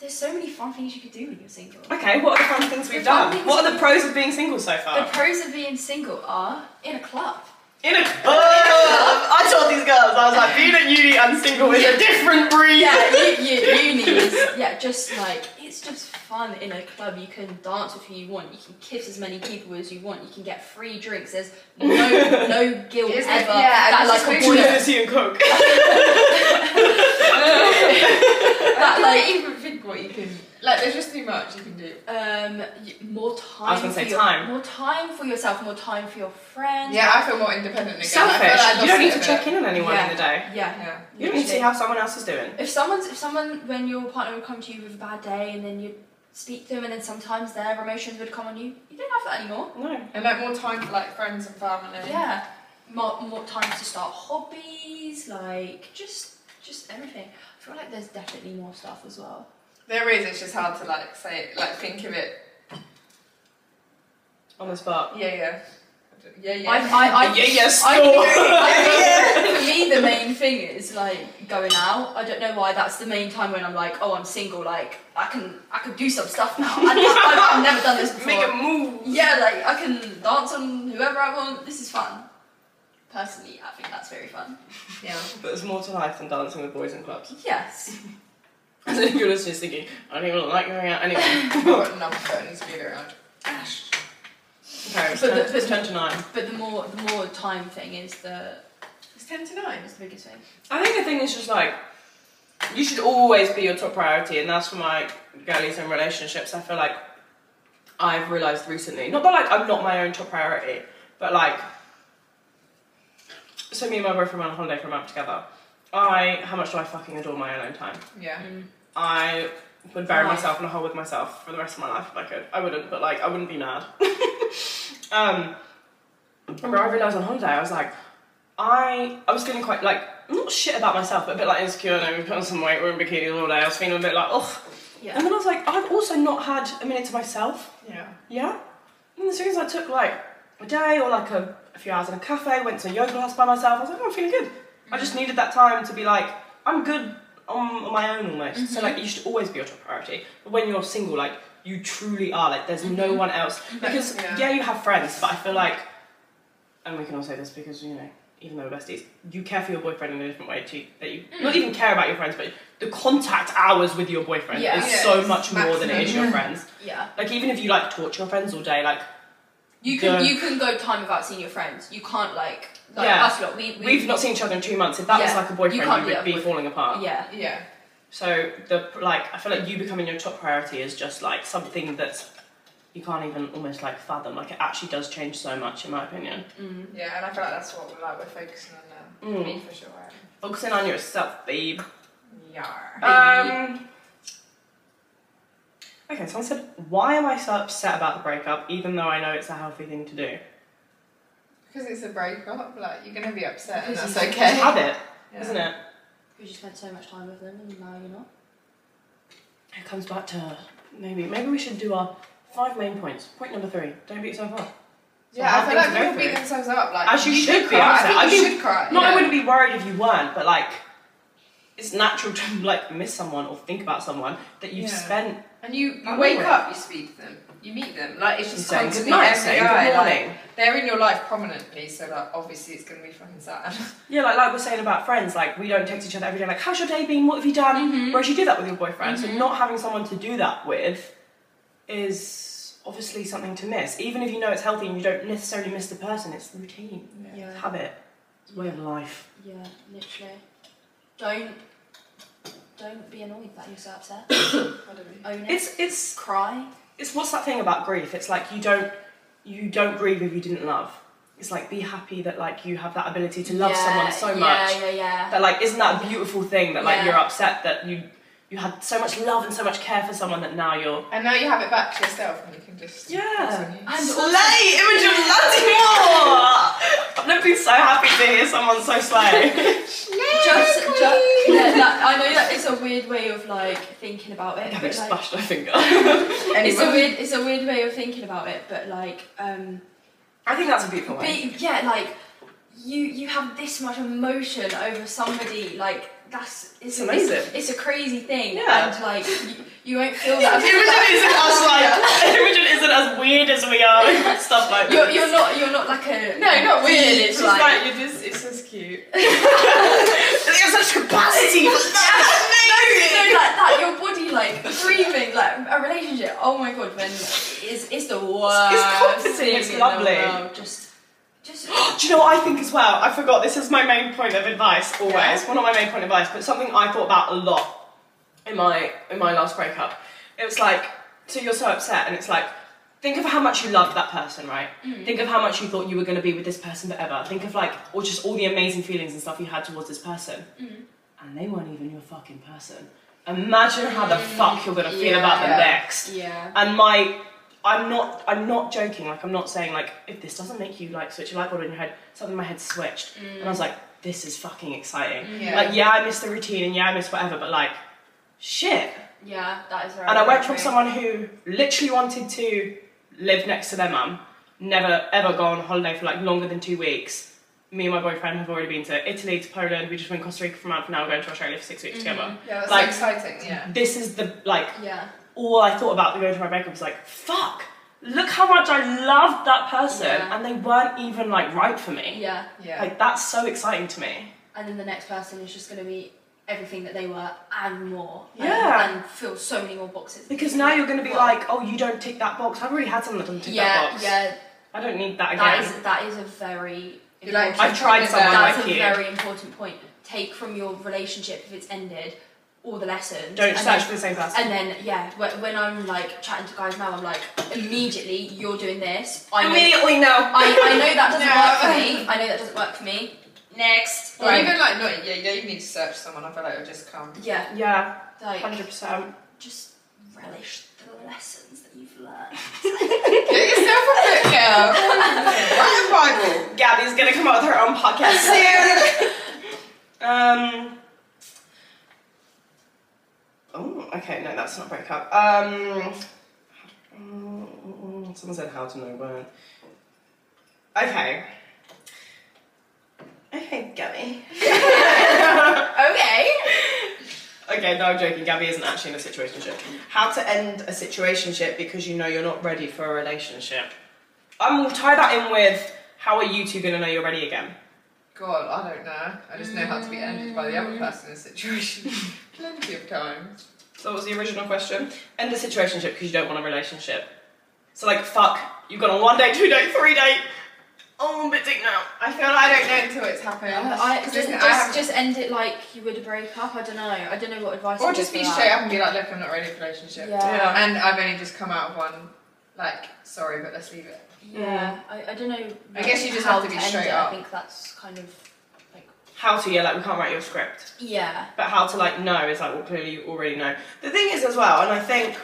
there's so many fun things you could do when you're single. Okay, what are the fun things we've The fun done? things what are the we've- pros of being single so The Ah. far? pros of being single are in a club. In a oh, I told these girls I was like being at uni and single is a different breed. Yeah, you, you, unis. Yeah, just like it's just fun in a club. You can dance with who you want. You can kiss as many people as you want. You can get free drinks. There's no no guilt Isn't it- ever. yeah, that it's like just a really boy. nice. Lucy and Cook. That I like don't even think what you can like. There's just too much you can do. um y- more time. gonna for say your, time. More time for yourself. More time for your friends. Yeah, I feel more independent again. I feel Selfish. like I you lost don't need it to a check bit. in on anyone Yeah. in the day. Yeah. Yeah, You don't need to see Literally. how someone else is doing. If someone's if someone when your partner would come to you with a bad day and then you'd speak to them and then sometimes their emotions would come on you, you don't have that anymore. No. and like more time for like friends and family. Yeah. More more time to start hobbies, like just just everything. I feel like there's definitely more stuff as well. There is. It's just hard to like say like think of it. On the spot. Yeah, yeah, yeah, yeah. I I, I Yeah, yeah, I store. think- I think for me the main thing is like going out. I don't know why that's the main time when I'm like, oh I'm single, like I can I could do some stuff now. I, I've, I've never done this before. Make a move. Yeah, like I can dance on whoever I want. This is fun. Personally, I think that's very fun. yeah. But there's more to life than dancing with boys in clubs. Yes. And then you're just thinking, I don't even like going out anyway. I've got enough buttons to be around. okay, it's 10, it's 10 to 9. But the more the more time thing is the It's ten to nine. is the biggest thing. I think the thing is just like you should always be your top priority, and that's for my girlies in relationships. I feel like I've realised recently, not that like I'm not my own top priority, but like so me and my boyfriend went on holiday for a month together. I how much do I fucking adore my alone time? Yeah. Um, I would bury Life. myself in a hole with myself for the rest of my life if I could. I wouldn't, but like I wouldn't be mad. um, remember, I realised on holiday I was like, I I was feeling quite like not shit about myself, but a bit like insecure. And we put on some weight. We're in bikinis all day. I was feeling a bit like, oh. Yeah. And then I was like, I've also not had a minute to myself. Yeah. Yeah. And as soon as I took like a day or like a, a few hours in a cafe, went to a yoga class by myself, I was like, oh, I'm feeling good. I just needed that time to be like, I'm good on, on my own almost. So like, you should always be your top priority. But when you're single, like you truly are. Like there's no one else because Yeah. yeah. you have friends, but I feel like, and we can all say this because you know. Even though we're besties, you care for your boyfriend in a different way too. That you not even care about your friends, but the contact hours with your boyfriend Yeah. is Yeah, so it's much more than it is your friends. Yeah. Like even if you like torture your friends all day, like You can Yeah. you can go time without seeing your friends. You can't like like Yeah. us lot. We, we we've not seen each other in two months. If that was Yeah. like a boyfriend, You you, can't do would that be with- falling apart. Yeah. Yeah. So the like, I feel like you becoming your top priority is just like something that's you can't even almost like fathom. Like it actually does change so much, in my opinion. Mm. Yeah, and I feel like that's what we're like we're focusing on now. Mm. For sure. Focusing on yourself, babe. Yar. Um. Okay, someone said, "Why am I so upset about the breakup, even though I know it's a healthy thing to do?" Because it's a breakup, like you're gonna be upset, and Because that's you- It's a okay. habit, Yeah. isn't it? Because you spent so much time with them and now you're not. It comes back to maybe maybe we should do our five main points. Point number three: don't beat yourself up. Yeah, I hard feel like thing to go people beat through. themselves up. Like, As you you should be, cry. upset. I I think you mean, should cry. Not I yeah. wouldn't be worried if you weren't, but like it's natural to like miss someone or think about someone that you've Yeah. spent And you, you I wake would. up, you speak to them, you meet them. Like it's just saying good constantly night, every saying guy. good like, morning. they're in your life prominently, so like obviously it's gonna be fucking sad. yeah, like like we're saying about friends, like we don't text each other every day, like how's your day been? What have you done? Mm-hmm. Whereas you do that with your boyfriend, so not having someone to do that with is obviously something to miss. Even if you know it's healthy and you don't necessarily miss the person, it's routine, it's Yeah. habit, it's a way of life. Yeah, literally. Don't don't be annoyed that you're so upset. Own it. It's it's cry. it's what's that thing about grief? It's like you don't you don't grieve if you didn't love. It's like be happy that like you have that ability to love Yeah, someone so yeah, much. Yeah, yeah, That like isn't that a beautiful thing that like Yeah. you're upset that you you had so much love and so much care for someone that now you're and now you have it back to yourself, and you can just Yeah. It's on you. And Slay Imogen Latimore! I've never been so happy to hear someone so slay. Just, just yeah, that, I know that it's a weird way of like thinking about it. Having but, like, splashed my finger. it's Anyway. a weird, it's a weird way of thinking about it. But like, um, I think that's a beautiful way. be, yeah, like you you have this much emotion over somebody like. That's it's, It's amazing. It's, it's a crazy thing, Yeah. and like you, you won't feel Imogen that. isn't as like Imogen isn't as weird as we are with stuff like you're, this. you're not you're not like a No, not weird. It's It's just like, like- you're just, it's just cute. They have such capacity. for No, that. like that, your body like grieving, like a relationship. Oh my god, when it's it's the worst. comforting, thing it's in the lovely. world. Just, just Do you know what I think as well? I forgot. This is my main point of advice always. Yeah. Well, not my main point of advice, but something I thought about a lot in my in my last breakup. It was like, so you're so upset, and it's like, think of how much you loved that person, right? Think of how much you thought you were going to be with this person forever. Think of like, or just all the amazing feelings and stuff you had towards this person, mm. and they weren't even your fucking person. Imagine how the fuck you're going to feel about them Yeah. next. yeah. and my I'm not I'm not joking, like I'm not saying like if this doesn't make you like switch a light bulb in your head, something in my head switched. And I was like, this is fucking exciting. Yeah. Like yeah, I miss the routine and yeah, I miss whatever, but like shit. Yeah, that is right. And I went from someone who literally wanted to live next to their mum, never ever go on holiday for like longer than two weeks. Me and my boyfriend have already been to Italy, to Poland, we just went to Costa Rica for a month, now we're going to Australia for six Mm-hmm. weeks Mm. together. Yeah, that's Like- so exciting. Yeah. This is the like Yeah. all I thought about going to my breakup was like, fuck, look how much I loved that person Yeah. and they weren't even like right for me. Yeah. Yeah. Like that's so exciting to me. And then the next person is just gonna be everything that they were and more. And- Yeah. And, fill so many more boxes. Because now you're gonna be Well, like, oh you don't tick that box. I've already had someone that doesn't tick that Yeah, box. yeah. I don't need that again. That is that is a very You're like, I've tried someone That's like a you. very important point. Take from your relationship if it's ended all the lessons. Don't and search then- for the same person. And then yeah, wh- when I'm like chatting to guys now, I'm like immediately you're doing this. I know, Immediately no. I, I know that doesn't No. work for me. I know that doesn't work for me. Next. Or Like, even like not yeah, yeah, you need to search someone. I feel like it'll just come. yeah, Yeah, like hundred percent. just relish the lessons that you've learned. Get yourself a book, girl. Write a Bible. Gabby's gonna come out with her own podcast soon. um Oh, okay, no, that's not breakup. Um mm, mm, someone said how to know when. Okay. Okay, Gabby. okay. Okay, no, I'm joking. Gabby isn't actually in a situationship. How to end a situationship because you know you're not ready for a relationship. I'm gonna tie that in with how are you two gonna know you're ready again? God, I don't know. I just know how to be ended by the other person in a situation. Plenty of times. So what was the original question? End a situationship because you don't want a relationship. So like fuck, you've gone on one date, two date, three date. Oh, I'm a bit dick now. I feel like I don't know until it's happened. I, just, 'Cause listen, I just, haven't- just end it like you would a breakup. I don't know. I don't know what advice. or I'd just give be for that. straight up and be like, look, I'm not ready for a relationship. Yeah. Yeah. And I've only just come out of one. Like, sorry, but let's leave it. Yeah, I, I don't know. I guess you just how have to be end straight it. up. I think that's kind of like how to yeah, like we can't write your script. yeah, But how to like know is like well clearly you already know. The thing is as well, and I think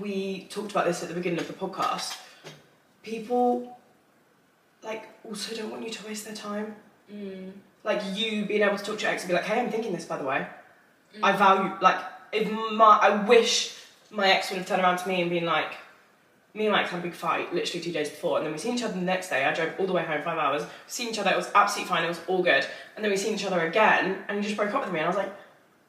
we talked about this at the beginning of the podcast, people like also don't want you to waste their time. mm, like you being able to talk to your ex and be like, hey, I'm thinking this by the way. I value like if my I wish my ex would have turned around to me and been like, me and Max had a big fight literally two days before, and then we seen each other the next day. I drove all the way home, five hours. We seen each other, it was absolutely fine, it was all good. And then we seen each other again, and he just broke up with me, and I was like,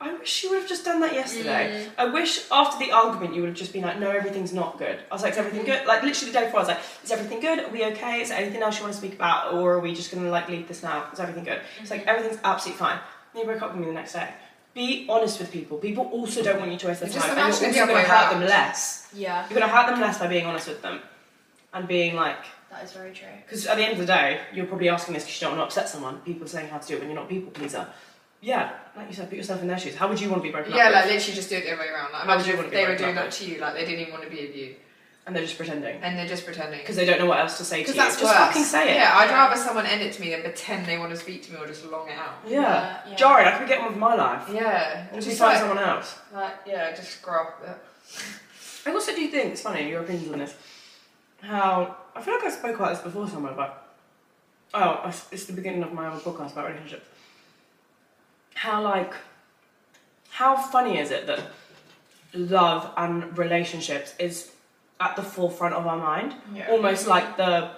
I wish she would have just done that yesterday. I wish after the argument you would have just been like, no, everything's not good. I was like, is everything good? Like literally the day before, I was like, is everything good? Are we okay? Is there anything else you want to speak about, or are we just gonna like leave this now? Is everything good? It's Mm-hmm. like everything's absolutely fine. And he broke up with me the next day. Be honest with people. People also don't want you to waste their Just time, and you're imagine also the going other to way hurt them round. less. Yeah, You're gonna hurt them less by being honest with them, and being like, that is very true. because at the end of the day, you're probably asking this because you don't want to upset someone. People are saying how to do it when you're not a people pleaser. Yeah, like you said, put yourself in their shoes. How would you want to be broken Yeah, up like with? literally just do it the other way around. Like, How would you imagine wanna if be they were broken doing up that to you, like they didn't even want to be with you, And they're just pretending and they're just pretending. because they don't know what else to say to you. Because that's just worse. fucking say it. Yeah, I'd rather someone end it to me than pretend they want to speak to me or just long it out. Yeah. Yeah, yeah. Jarring. I could get on with my life. Yeah, And just just find like, someone else. like, yeah, just grow up. with it. I also do think it's funny your opinions on this. How I feel like I spoke about this before somewhere, but oh, it's- it's the beginning of my other podcast about relationships. How like, how funny is it that love and relationships is at the forefront of our mind, Yeah. almost like the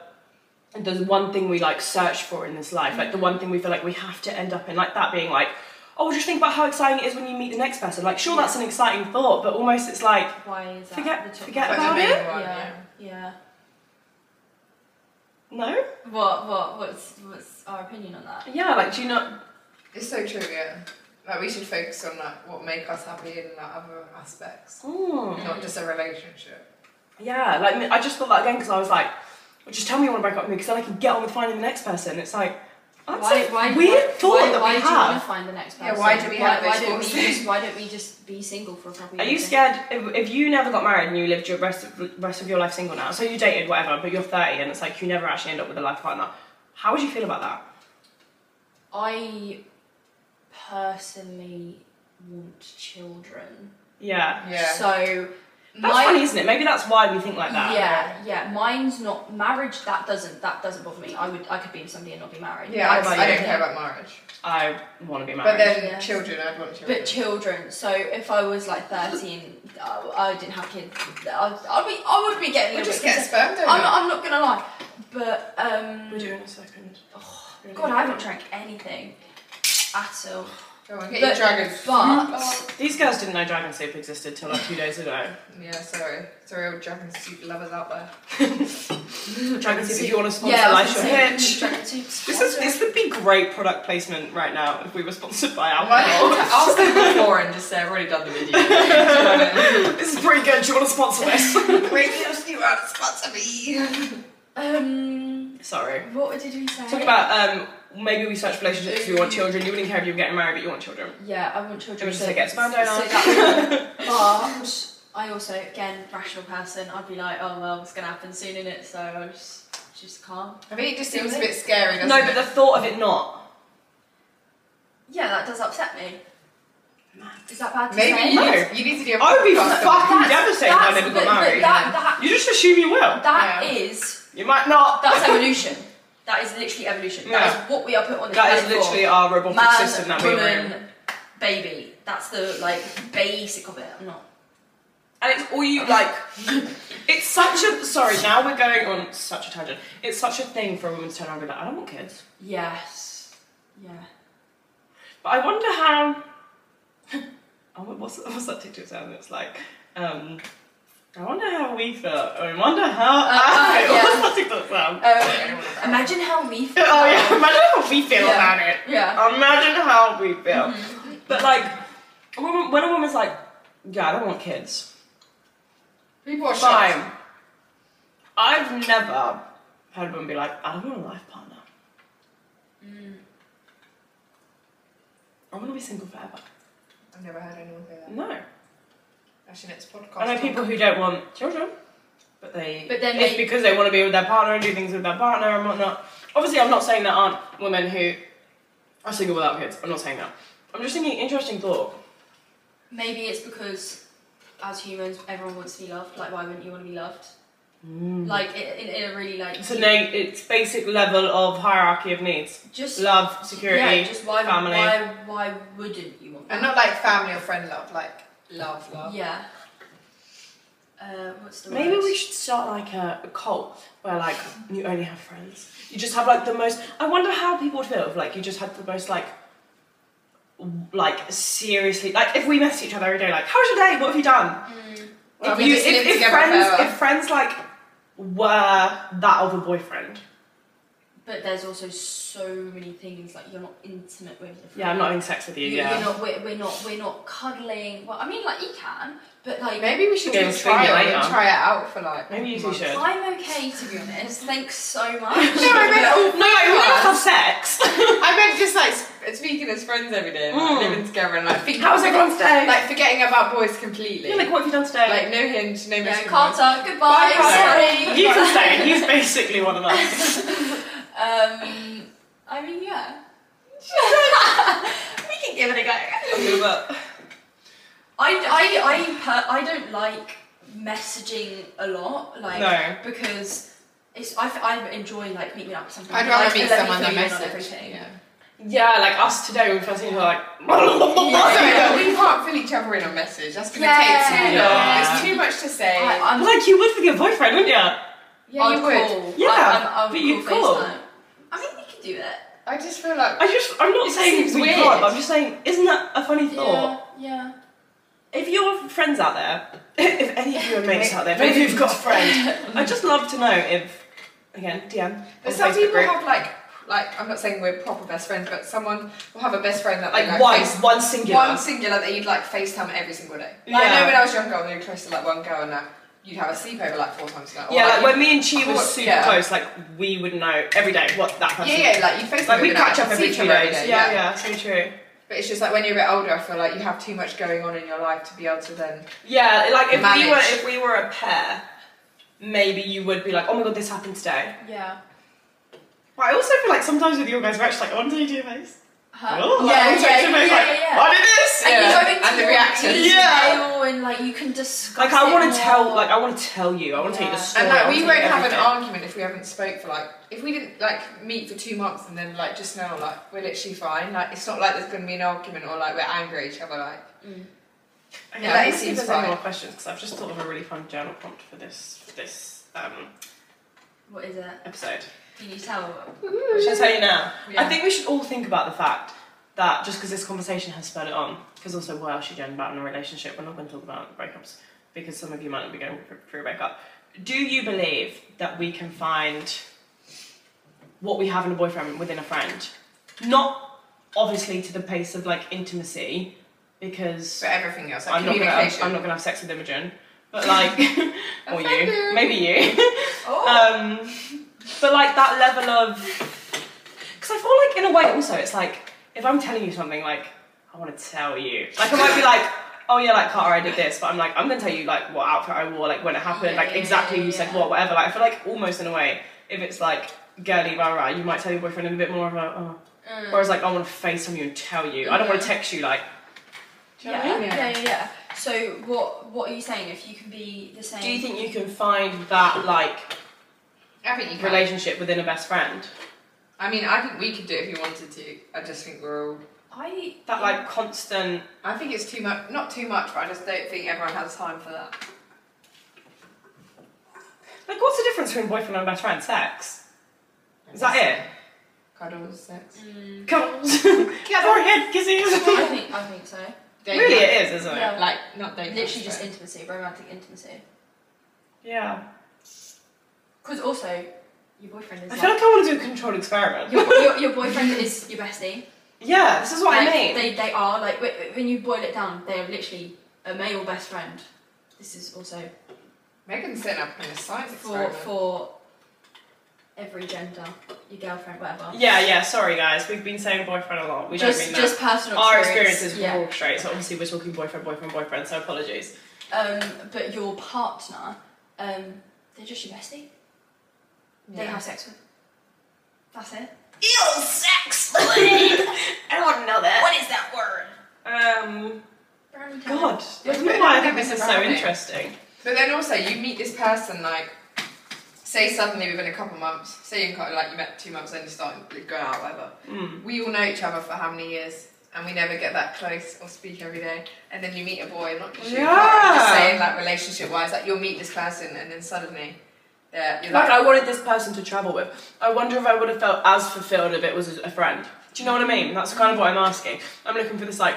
the one thing we like search for in this life, like the one thing we feel like we have to end up in, like that being like. Oh, just think about how exciting it is when you meet the next person. Like, sure, that's an exciting thought, but almost it's like Why is that? Forget- the top forget Like, one? the about main it? one, Yeah, yeah. no. What, what, what's, what's our opinion on that? Yeah, like do you not? It's so true, yeah. Like we should focus on like what make us happy and like other aspects, Mm. not just a relationship. Yeah, like I just thought that again because I was like, well, just tell me you want to break up with me because then I can get on with finding the next person. It's like that's why, a why, weird why, thought why, that why we do you want have. to find the next person? Yeah, why do we have why those don't we thoughts? just, Why don't we just be single for a couple Are of you years? scared if, if you never got married and you lived your rest of, rest of your life single now? So you dated whatever, but you're 30 and it's like you never actually end up with a life partner. How would you feel about that? I personally want children. Yeah, Yeah. So that's funny, isn't it? Maybe that's why we think like that. yeah, yeah. Mine's not marriage. That doesn't that doesn't bother me. I would I could be with somebody and not be married. yeah, I, about I you? don't care about marriage, I want to be but married. then Yeah. children, I'd want children. But children. So if I was like thirteen, I, I didn't have kids. I'd, I'd be I would be getting. a we little just bit get a concerned. sperm donor. I'm not, I'm not gonna lie, but um, we'll do in a second. God, I haven't drank anything at all. Go on, get But- your dragon. But These girls didn't know dragon soup existed till like two days ago. Yeah, sorry, sorry, all dragon soup lovers out there. Dragon soup, if you want to sponsor yeah, I was Elisha gonna say, Hitch. drank two This is bottles. this would be great product placement right now if we were sponsored by Why Alpha. don't you ask them before and just say I've already done the video? Do you know what I mean? this is pretty good. Do you want to sponsor this? Radio Stewart, sponsor me. Um, Sorry. what did we say? Talk about um maybe we search relationships because we want children. You wouldn't care if you were getting married, but you want children. Yeah, I want children. It was just like, get sperm donor. so that- but I also, again, rational person. I'd be like, oh well, it's gonna happen soon, in it, so I just just can't. I think it just seems a bit scary, doesn't No, it? but the thought of it not. Yeah, that does upset me. Is that bad to Maybe say? you, No. need to, you need to do a I would be podcast on fucking devastated if I that's- never but- got but married. that, You just assume you will. that, that Yeah. is- You might not. that's evolution. That is literally evolution. That Yeah. is what we are put on this That is planet for. literally our robotic Man, system that we were in. woman, baby. That's the like basic of it. I'm not. And it's all you like. It's such a sorry. Now we're going on such a tangent. It's such a thing for a woman to turn around and be like, I don't want kids. Yes. Yeah. But I wonder how. oh, what- what's, what's that TikTok sound that's like? Um, I wonder how we feel. I wonder how. I, uh, yeah. What's that TikTok sound? Um, it. imagine how we feel. oh, yeah. Imagine how we feel Um, Yeah. Mm-hmm. about it. Yeah. Imagine how we feel. But, like, a woman, when a woman's like, yeah, I don't want kids, People are shocked. fine. I've never heard a woman be like, I don't want a life partner. Mm. I want to be single forever. I've never heard anyone say that. No. Actually, next podcast. I know people who don't want children, but they. But then it's they- because they want to be with their partner and do things with their partner and whatnot. Obviously, I'm not saying there aren't women who are single without kids. I'm not saying that. I'm just thinking interesting thought. Maybe it's because as humans, everyone wants to be loved. Like, why wouldn't you want to be loved? Like, in, in, in a really like Mm. It's a na- it's basic level of hierarchy of needs: just love, security, yeah, just why, family. Why, why wouldn't you want? And That? not like family or friend love, like love, love. yeah. Uh, what's the Maybe word? we should start like a, a cult where like you only have friends. You just have like the most. I wonder how people would feel if like you just had the most like, w- like seriously like if we messaged each other every day like how's your day? What have you done? Mm. Well, if, Hmm. we you, just live if, if together friends forever. if friends like were that of a boyfriend. But there's also so many things like you're not intimate with. your Yeah, I'm not having sex with you. You- yeah. You're not, we're, we're not. We're not cuddling. Well, I mean, like you can, but like Maybe we should do Yeah, a we'll figure it trial and later. try it out for like. Maybe you two months. should. I'm okay to be honest. Thanks so much. No, I meant no, all like, we don't have sex. I meant just like sp- speaking as friends every day, like, Mm. living together and like thinking. how's everyone's day? Like forgetting about boys completely. yeah, like what have you done today? Like, no hinge, no yeah, missing Carter. Bye, Goodbye. Carter. sorry. you can say he's basically one of us. Um, I mean, yeah. we can give it a go. I, I, I, per- I don't like messaging a lot, like No. because it's I, f- I enjoy like meeting up sometimes. I'd rather like, meet let me someone fill than you in on message. everything. Yeah. Yeah, like us today, we first were like. Also, Yeah. Oh, we can't fill each other in on message. That's gonna Yeah. take too long. Yeah. It's too much to say. I, I'm Like you would with your boyfriend, wouldn't you? yeah, I'll you would. Call. Yeah, I, I'm, I'll but you'd call. call. FaceTime. I mean, we could do it. I just feel like I just, I'm not It saying seems we weird. can't, but I'm just saying, isn't that a funny thought? Yeah, If your friends out there, if any of you are mates out there, maybe you've got a friend, I'd just love to know if, again, DM. but on some Facebook people group. have like like I'm not saying we're proper best friends, but someone will have a best friend that they like like one, face- one singular. one singular that you'd like FaceTime every single day. Like, I Yeah. know when I was younger, I was really close to like one girl, and like, you'd have a sleepover like four times a night. or, yeah, like when me and Chi were Court, super yeah. close, like we would know every day what that person. yeah, yeah, like you'd FaceTime. Like we every night, catch up see every each two other every days. day, Yeah, yeah, so true. But it's just like when you're a bit older, I feel like you have too much going on in your life to be able to then. Yeah, like if we were Manage. if we were a pair, maybe you would be like, oh my god, this happened today. yeah. But I also feel like sometimes with your guys, we're actually like, oh, I'm doing your face. Huh? Oh, Yeah, I'm yeah, doing your face. yeah, like, yeah, yeah. I did this. And Yeah. you go into And the more reactions. detail Yeah. and like you can discuss. Like I it want to tell, more. like I want to tell you, I want to tell you the Yeah. story. And like I we wanna won't tell you have an everything. argument if we haven't spoke for like if we didn't like meet for two months and then like just now like we're literally fine. Like it's not like there's gonna be an argument or like we're angry at each other. Like Mm. Okay, let Yeah, that me see if seems there's any fine. more questions because I've just thought of a really fun journal prompt for this for this um, What is it? episode. Can you tell? Mm-hmm. Should I tell you now? Yeah. I think we should all think about the fact that just because this conversation has spurred it on, because also why else should you end about in a relationship? We're not going to talk about breakups because some of you might not be going through- through a breakup. Do you believe that we can find what we have in a boyfriend within a friend? Not obviously to the pace of like intimacy, because for everything else, like I'm not gonna communication. I'm not gonna have sex with Imogen, but like or you, Offender. maybe you. Oh. Um, but like that level of, because I feel like in a way also it's like if I'm telling you something like I want to tell you, like I might be like, oh yeah, like Carter, I did this, but I'm like I'm gonna tell you like what outfit I wore, like when it happened, like Yeah, exactly who yeah, said yeah. what, whatever. Like I feel like almost in a way if it's like girly rah rah, you might tell your boyfriend in a bit more of a, oh. Mm. whereas like I want to face on you and tell you, I don't want to text you like. Do you know what I mean? Yeah, mean? yeah, yeah, yeah. So what what are you saying? If you can be the same, Do you think you can find that like I think you can. relationship within a best friend? I mean, I think we could do it if we wanted to. I just think we're all. I That like constant. I think it's too much. Not too much, but I just don't think everyone has time for that. Like, what's the difference between boyfriend and best friend? Sex. Is that Cuddles, sex. it? Mm, Cuddles. Forehead I kisses. think I think so. Dating. really, it is, isn't it? Yeah. Like not dating. Literally just but- intimacy, romantic intimacy. Yeah. Because also your boyfriend is I feel like I want to do a controlled experiment. your, your, your boyfriend is your bestie. Yeah, this is what Like, I mean. They, they are like wh- when you boil it down, they are literally a male best friend. This is also Megan's setting up in a science for experiment. for every gender, your girlfriend, whatever. yeah, yeah. Sorry, guys. We've been saying boyfriend a lot. We just don't mean that. just personal Our experience. experiences were all straight, so obviously we're talking boyfriend, boyfriend, boyfriend. So apologies. Um, but your partner, um, they're just your bestie. They Yeah. have sex with. That's it. Ew, sex. I don't know that. is that word? Um, God, Yeah, that's but why I that think this is was so around it. interesting. But then also, you meet this person like, say suddenly within a couple months, say you like you met two months, then you start going out, whatever. Mm. We all know each other for how many years? and we never get that close or speak every day. And then you meet a boy, not just you, but Yeah. just saying like relationship wise, like you'll meet this person and then suddenly, yeah, you're Like, like, I wanted this person to travel with. I wonder if I would have felt as fulfilled if it was a friend. Do you know what I mean? That's kind of what I'm asking. I'm looking for this, like,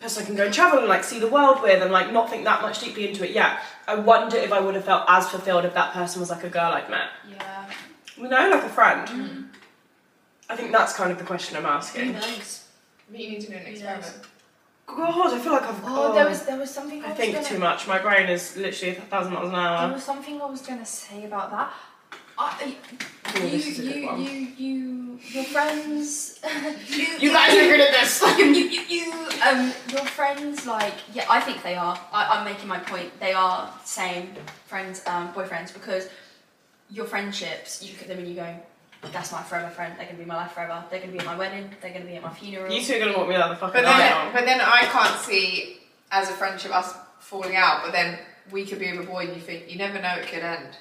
person I can go and travel and, like, see the world with and, like, not think that much deeply into it yet. I wonder if I would have felt as fulfilled if that person was, like, a girl I'd met. Yeah. You know, like a "Oh, friend. mm, I think that's kind of the question I'm Who asking. knows? but you need to do an experiment. God, I feel like I've. Oh, there was there was something I, I was think gonna, too much. My brain is literally a thousand miles an There hour. was something I was gonna say about that. I, Ooh, you, Oh, this is a good you, one. you, you, your friends. you, good at this. you, you, you, um, your friends, like, yeah, I think they are. I, I'm making my point. They are same friends, um, boyfriends, because your friendships, you look at them and you go, that's my forever friend. They're gonna be my life forever. They're gonna be at my wedding. They're gonna be at my funeral. You two are gonna want me the fucking But night then, out. but then I can't see as a friendship us falling out. But then we could be with a boy, and you think you never know it could end.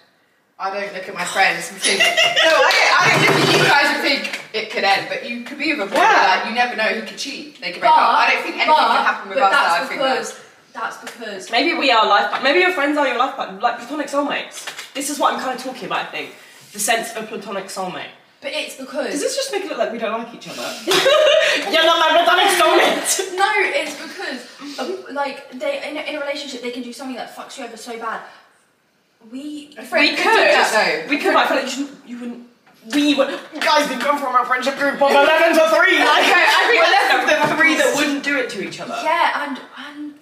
I don't look at my friends and think. no, I don't, I don't look at you guys and think it could end. But you could be with a boy, Yeah. like, you never know who could cheat. They could But, break up. I don't think anything but, can happen with but us. that I that's think because that's because Maybe we are life partners. Maybe your friends are your life partners, like platonic soulmates. This is what I'm kind of talking about, I think. The sense of a platonic soulmate. But it's Does because this just make it look like we don't like each other? You're not my platonic soulmate! No, it's because um, like they in a, in a relationship they can do something that fucks you over so bad. We that. a friend we could, could. do that We could, but I feel like you, shouldn't- you wouldn't. We would. Guys, we've gone from our friendship group of 11 to 3. Like, Okay, I think we're that's- left with the three that wouldn't do it to each other. yeah, and and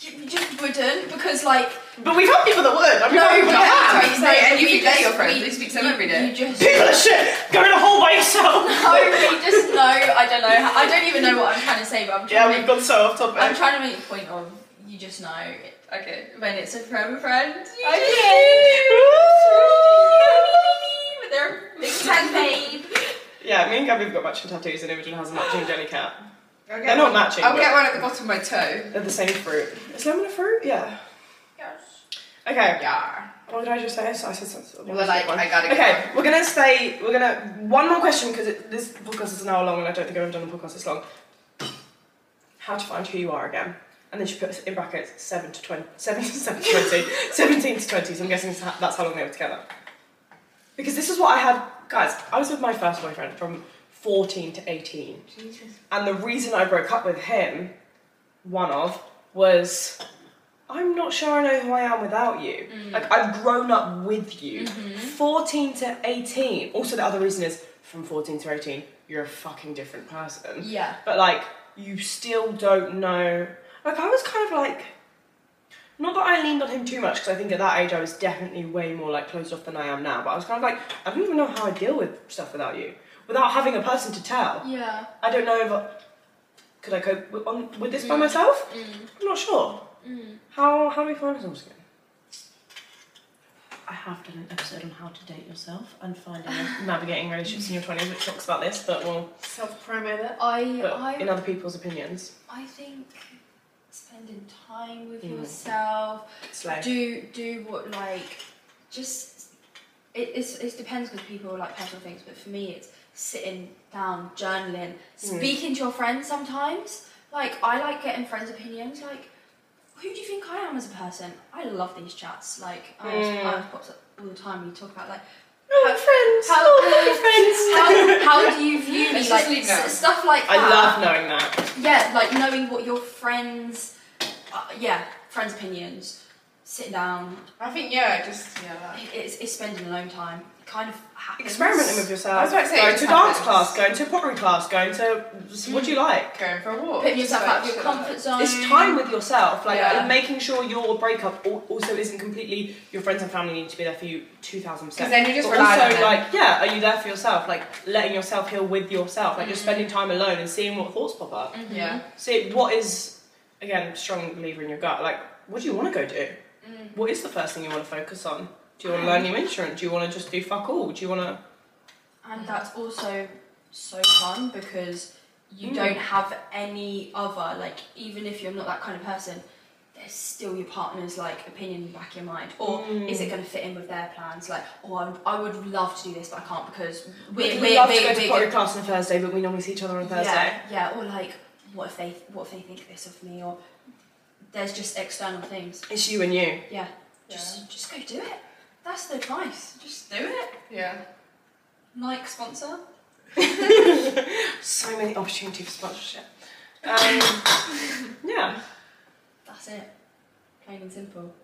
you, you just wouldn't because like But we've had people that would. I mean, No, people, but- that have. that's what I'm we- saying, and but you we think they're just- your friends, we- you speak to them you- every day. You just people are shit. Go in a hole by yourself. no, we just no. I don't know. I don't even know what I'm trying to say, but I'm Yeah, we've trying. to make, gone so off topic. I'm trying to make a point of you just know Okay. when it's a forever friend. You just- Okay. With their big tan babe. Yeah, me and Gabby have got matching tattoos and Imogen has a matching jelly cat. I'll They're get, not matching, I'll but get one at the bottom of my toe. they're the same fruit. Is lemon a fruit? Yeah. Yes. Okay. Yeah. What did I just say? So I said something. Well, like, one. I gotta get Okay, we're gonna stay. We're gonna one more question because this podcast is an hour long and I don't think I've ever done a podcast this long. How to find who you are again, and then she puts in brackets seven to twenty, seven to seven to twenty, seventeen to twenty. So I'm guessing that's that's how long they were together. Because this is what I had, guys. I was with my first boyfriend from fourteen to eighteen. Jesus. And the reason I broke up with him, one of, was I'm not sure I know who I am without you. Like, I've grown up with you. 14 to 18. Also, the other reason is from 14 to 18, you're a fucking different person. yeah. But, like, you still don't know. Like, I was kind of like. Not that I leaned on him too much, because I think at that age I was definitely way more like closed off than I am now. But I was kind of like, I don't even know how I deal with stuff without you, without having a person to tell. Yeah. I don't know if I, could I cope with, on, with this by myself. Mm. I'm not sure. How how do we find ourselves again? I have done an episode on how to date yourself and finding and navigating relationships in your twenties, which talks about this, but well, Self-promo that. I but I in other people's opinions. I think spending time with Mm. yourself. Slow. Do do what like just it it's, it depends because people like personal things, but for me it's sitting down, journaling, Hmm. speaking to your friends sometimes. Like I like getting friends' opinions. Like who do you think I am as a person? I love these chats. Like I ask, Hmm. Mm. I ask pops all the time. We talk about like Oh, we're friends. how- oh, we're friends. how, how do you view me? Let's Like just leave now. s- stuff like that. I love knowing that. Yeah, like knowing what your friends, uh, yeah, friends' opinions. Sitting down, I think yeah, just yeah. That. it's, it's spending alone time. It kind of happens. Experimenting with yourself. I was about to say, it going to just dance happens. class, going to pottery class, going to what do you like? Going for a walk. Putting yourself out of Search your for that. comfort zone. It's time with yourself, like Yeah. and making sure your breakup al- also isn't completely. Your friends and family need to be there for you two thousand percent. 'Cause then you're just but relying also on them. like, yeah, are you there for yourself? Like letting yourself heal with yourself, like just spending Mm-hmm. time alone and seeing what thoughts pop up. Yeah. See what is again strong believer in your gut. Like, what do you want to go do? Mm. What is the first thing you want to focus on? Do you Um, want to learn new instrument? Do you want to just do fuck all? Do you want to? And that's also so fun because you Mm. don't have any other, like, even if you're not that kind of person, there's still your partner's, like, opinion in the back of your mind. Or Mm. is it going to fit in with their plans? Like, oh, I would, I would love to do this, but I can't because we, We, we, love we, to go we- to pottery class on a Thursday, but we normally see each other on a Thursday. Yeah, yeah, or like, what if they what if they think this of me or there's just external things. It's you and you. Yeah. Just just go do it. That's the advice. Just do it. Yeah. Nike sponsor. So many opportunity for sponsorship. Um, yeah. That's it. Plain and simple.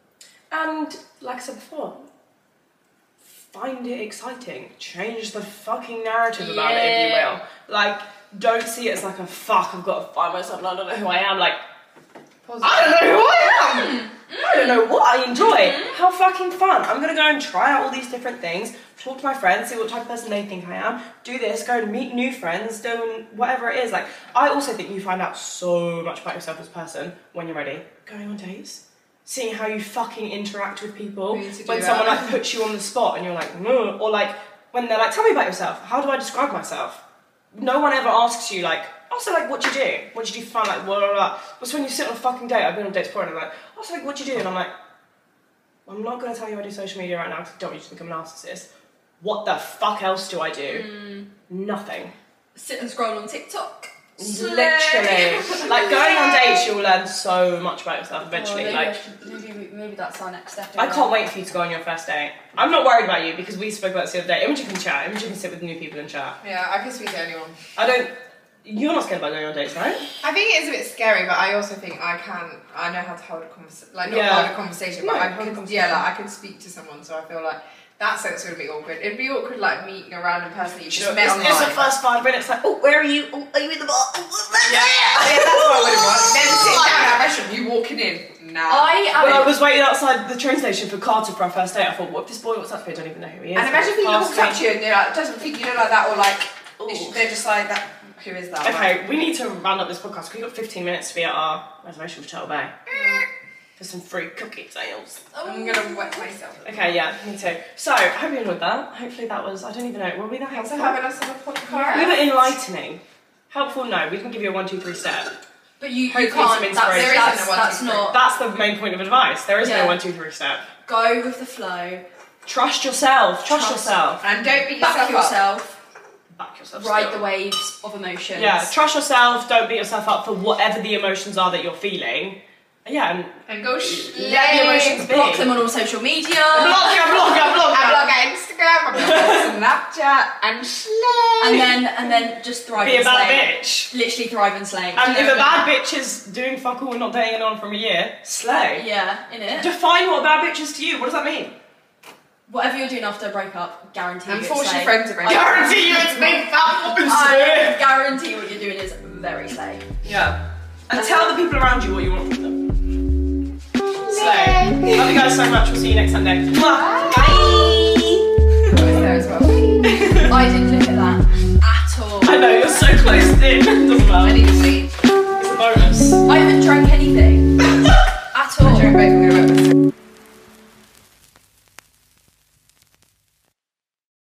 And like I said before, find it exciting. Change the fucking narrative about it if you Yeah. will. Like, don't see it as like a fuck, I've got to find myself and I don't know who I am. Like, Positive. I don't know who I am! I don't know what I enjoy. How fucking fun. I'm gonna go and try out all these different things, talk to my friends, see what type of person they think I am, do this, go and meet new friends, do whatever it is. Like, I also think you find out so much about yourself as a person when you're ready. Going on dates, seeing how you fucking interact with people, We need to do when that. someone like puts you on the spot and you're like, no, or like when they're like, tell me about yourself, how do I describe myself? no one ever asks you like also like what do you do what do you do for fun like blah blah blah but when you sit on a fucking date I've been on dates before and I'm like also like what do you do and I'm like I'm not gonna tell you I do social media right now because I don't want you to think I'm a narcissist what the fuck else do I do nothing Sit and scroll on TikTok. literally like going on dates you'll learn so much about yourself eventually Oh, Well, maybe, I like should- maybe, maybe that's our next step. I can't wait for you to go on your first date I'm not worried about you because we spoke about this the other day Imogen can chat Imogen can sit with new people and chat Yeah, I can speak to anyone. I don't you're not scared about going on dates right I think it is a bit scary, but I also think I can. I know how to hold a conversation, like not Yeah. hold a conversation, No, but I hold a could, conversation. yeah, like I could speak to someone. So I feel like that sense would be awkward. It'd be awkward, like meeting a random person that you just Sure, met it's, online. it's the first five minutes like oh where are you oh, are you in the bar yeah, that's what I would have wanted. Then sitting down at a restaurant, you walking in. Nah. I am. When Oh. I was waiting outside the train station for Carter for our first date, I thought, what if this boy walks up to me? I don't even know who he is. and imagine people Past walked up me. to you and they're like, doesn't think you know like that, or like Ooh. it's- they're just like that. Who is that? Like, Okay, we need to round up this podcast. 'cause We've got 15 minutes to be at our reservation for Turtle Bay for some free cookie sales. Oh. I'm gonna wet myself. Okay, yeah, me too. So, I hope you enjoyed that. Hopefully, that was, I don't even know, were we that Thanks for helpful? having us on the podcast. We were enlightening. Helpful? No, we didn't give you a one, two, three step. But you, you Hopefully can't. some That's, inspiration. There isn't that's, a one, that's two, three. not. That's the main point of advice. There is Yeah. no one, two, three step. Go with the flow. Trust yourself. Trust, Trust. yourself. And don't beat yourself, Back up. yourself. Back yourself. ride still. the waves of emotions. Yeah, trust yourself. Don't beat yourself up for whatever the emotions are that you're feeling. Yeah, and And go sh- let the emotions be. Block them on all social media. Block her, block her, block I her. blog on Instagram, I blog on Snapchat, and slay. and then and then just thrive Be a and bad slay. bitch. Literally thrive and slay. And if Yeah. a bad bitch is doing fuck all and not dating anyone from a year, slay. Yeah, in it. Define what a bad bitch is to you. What does that mean? Whatever you're doing after a breakup, guarantee you it's Unfortunately, slay. friends are very Guarantee you it's me, fat woman. I slay. guarantee what you're doing is very slay. Yeah. And tell the people around you what you want from them. Slay. Love you guys so much. We'll see you next Sunday. Mwah. Bye. there as well. I didn't look at that at all. I know you're so close in. Doesn't I matter. need to see. It's a bonus. I haven't drank anything.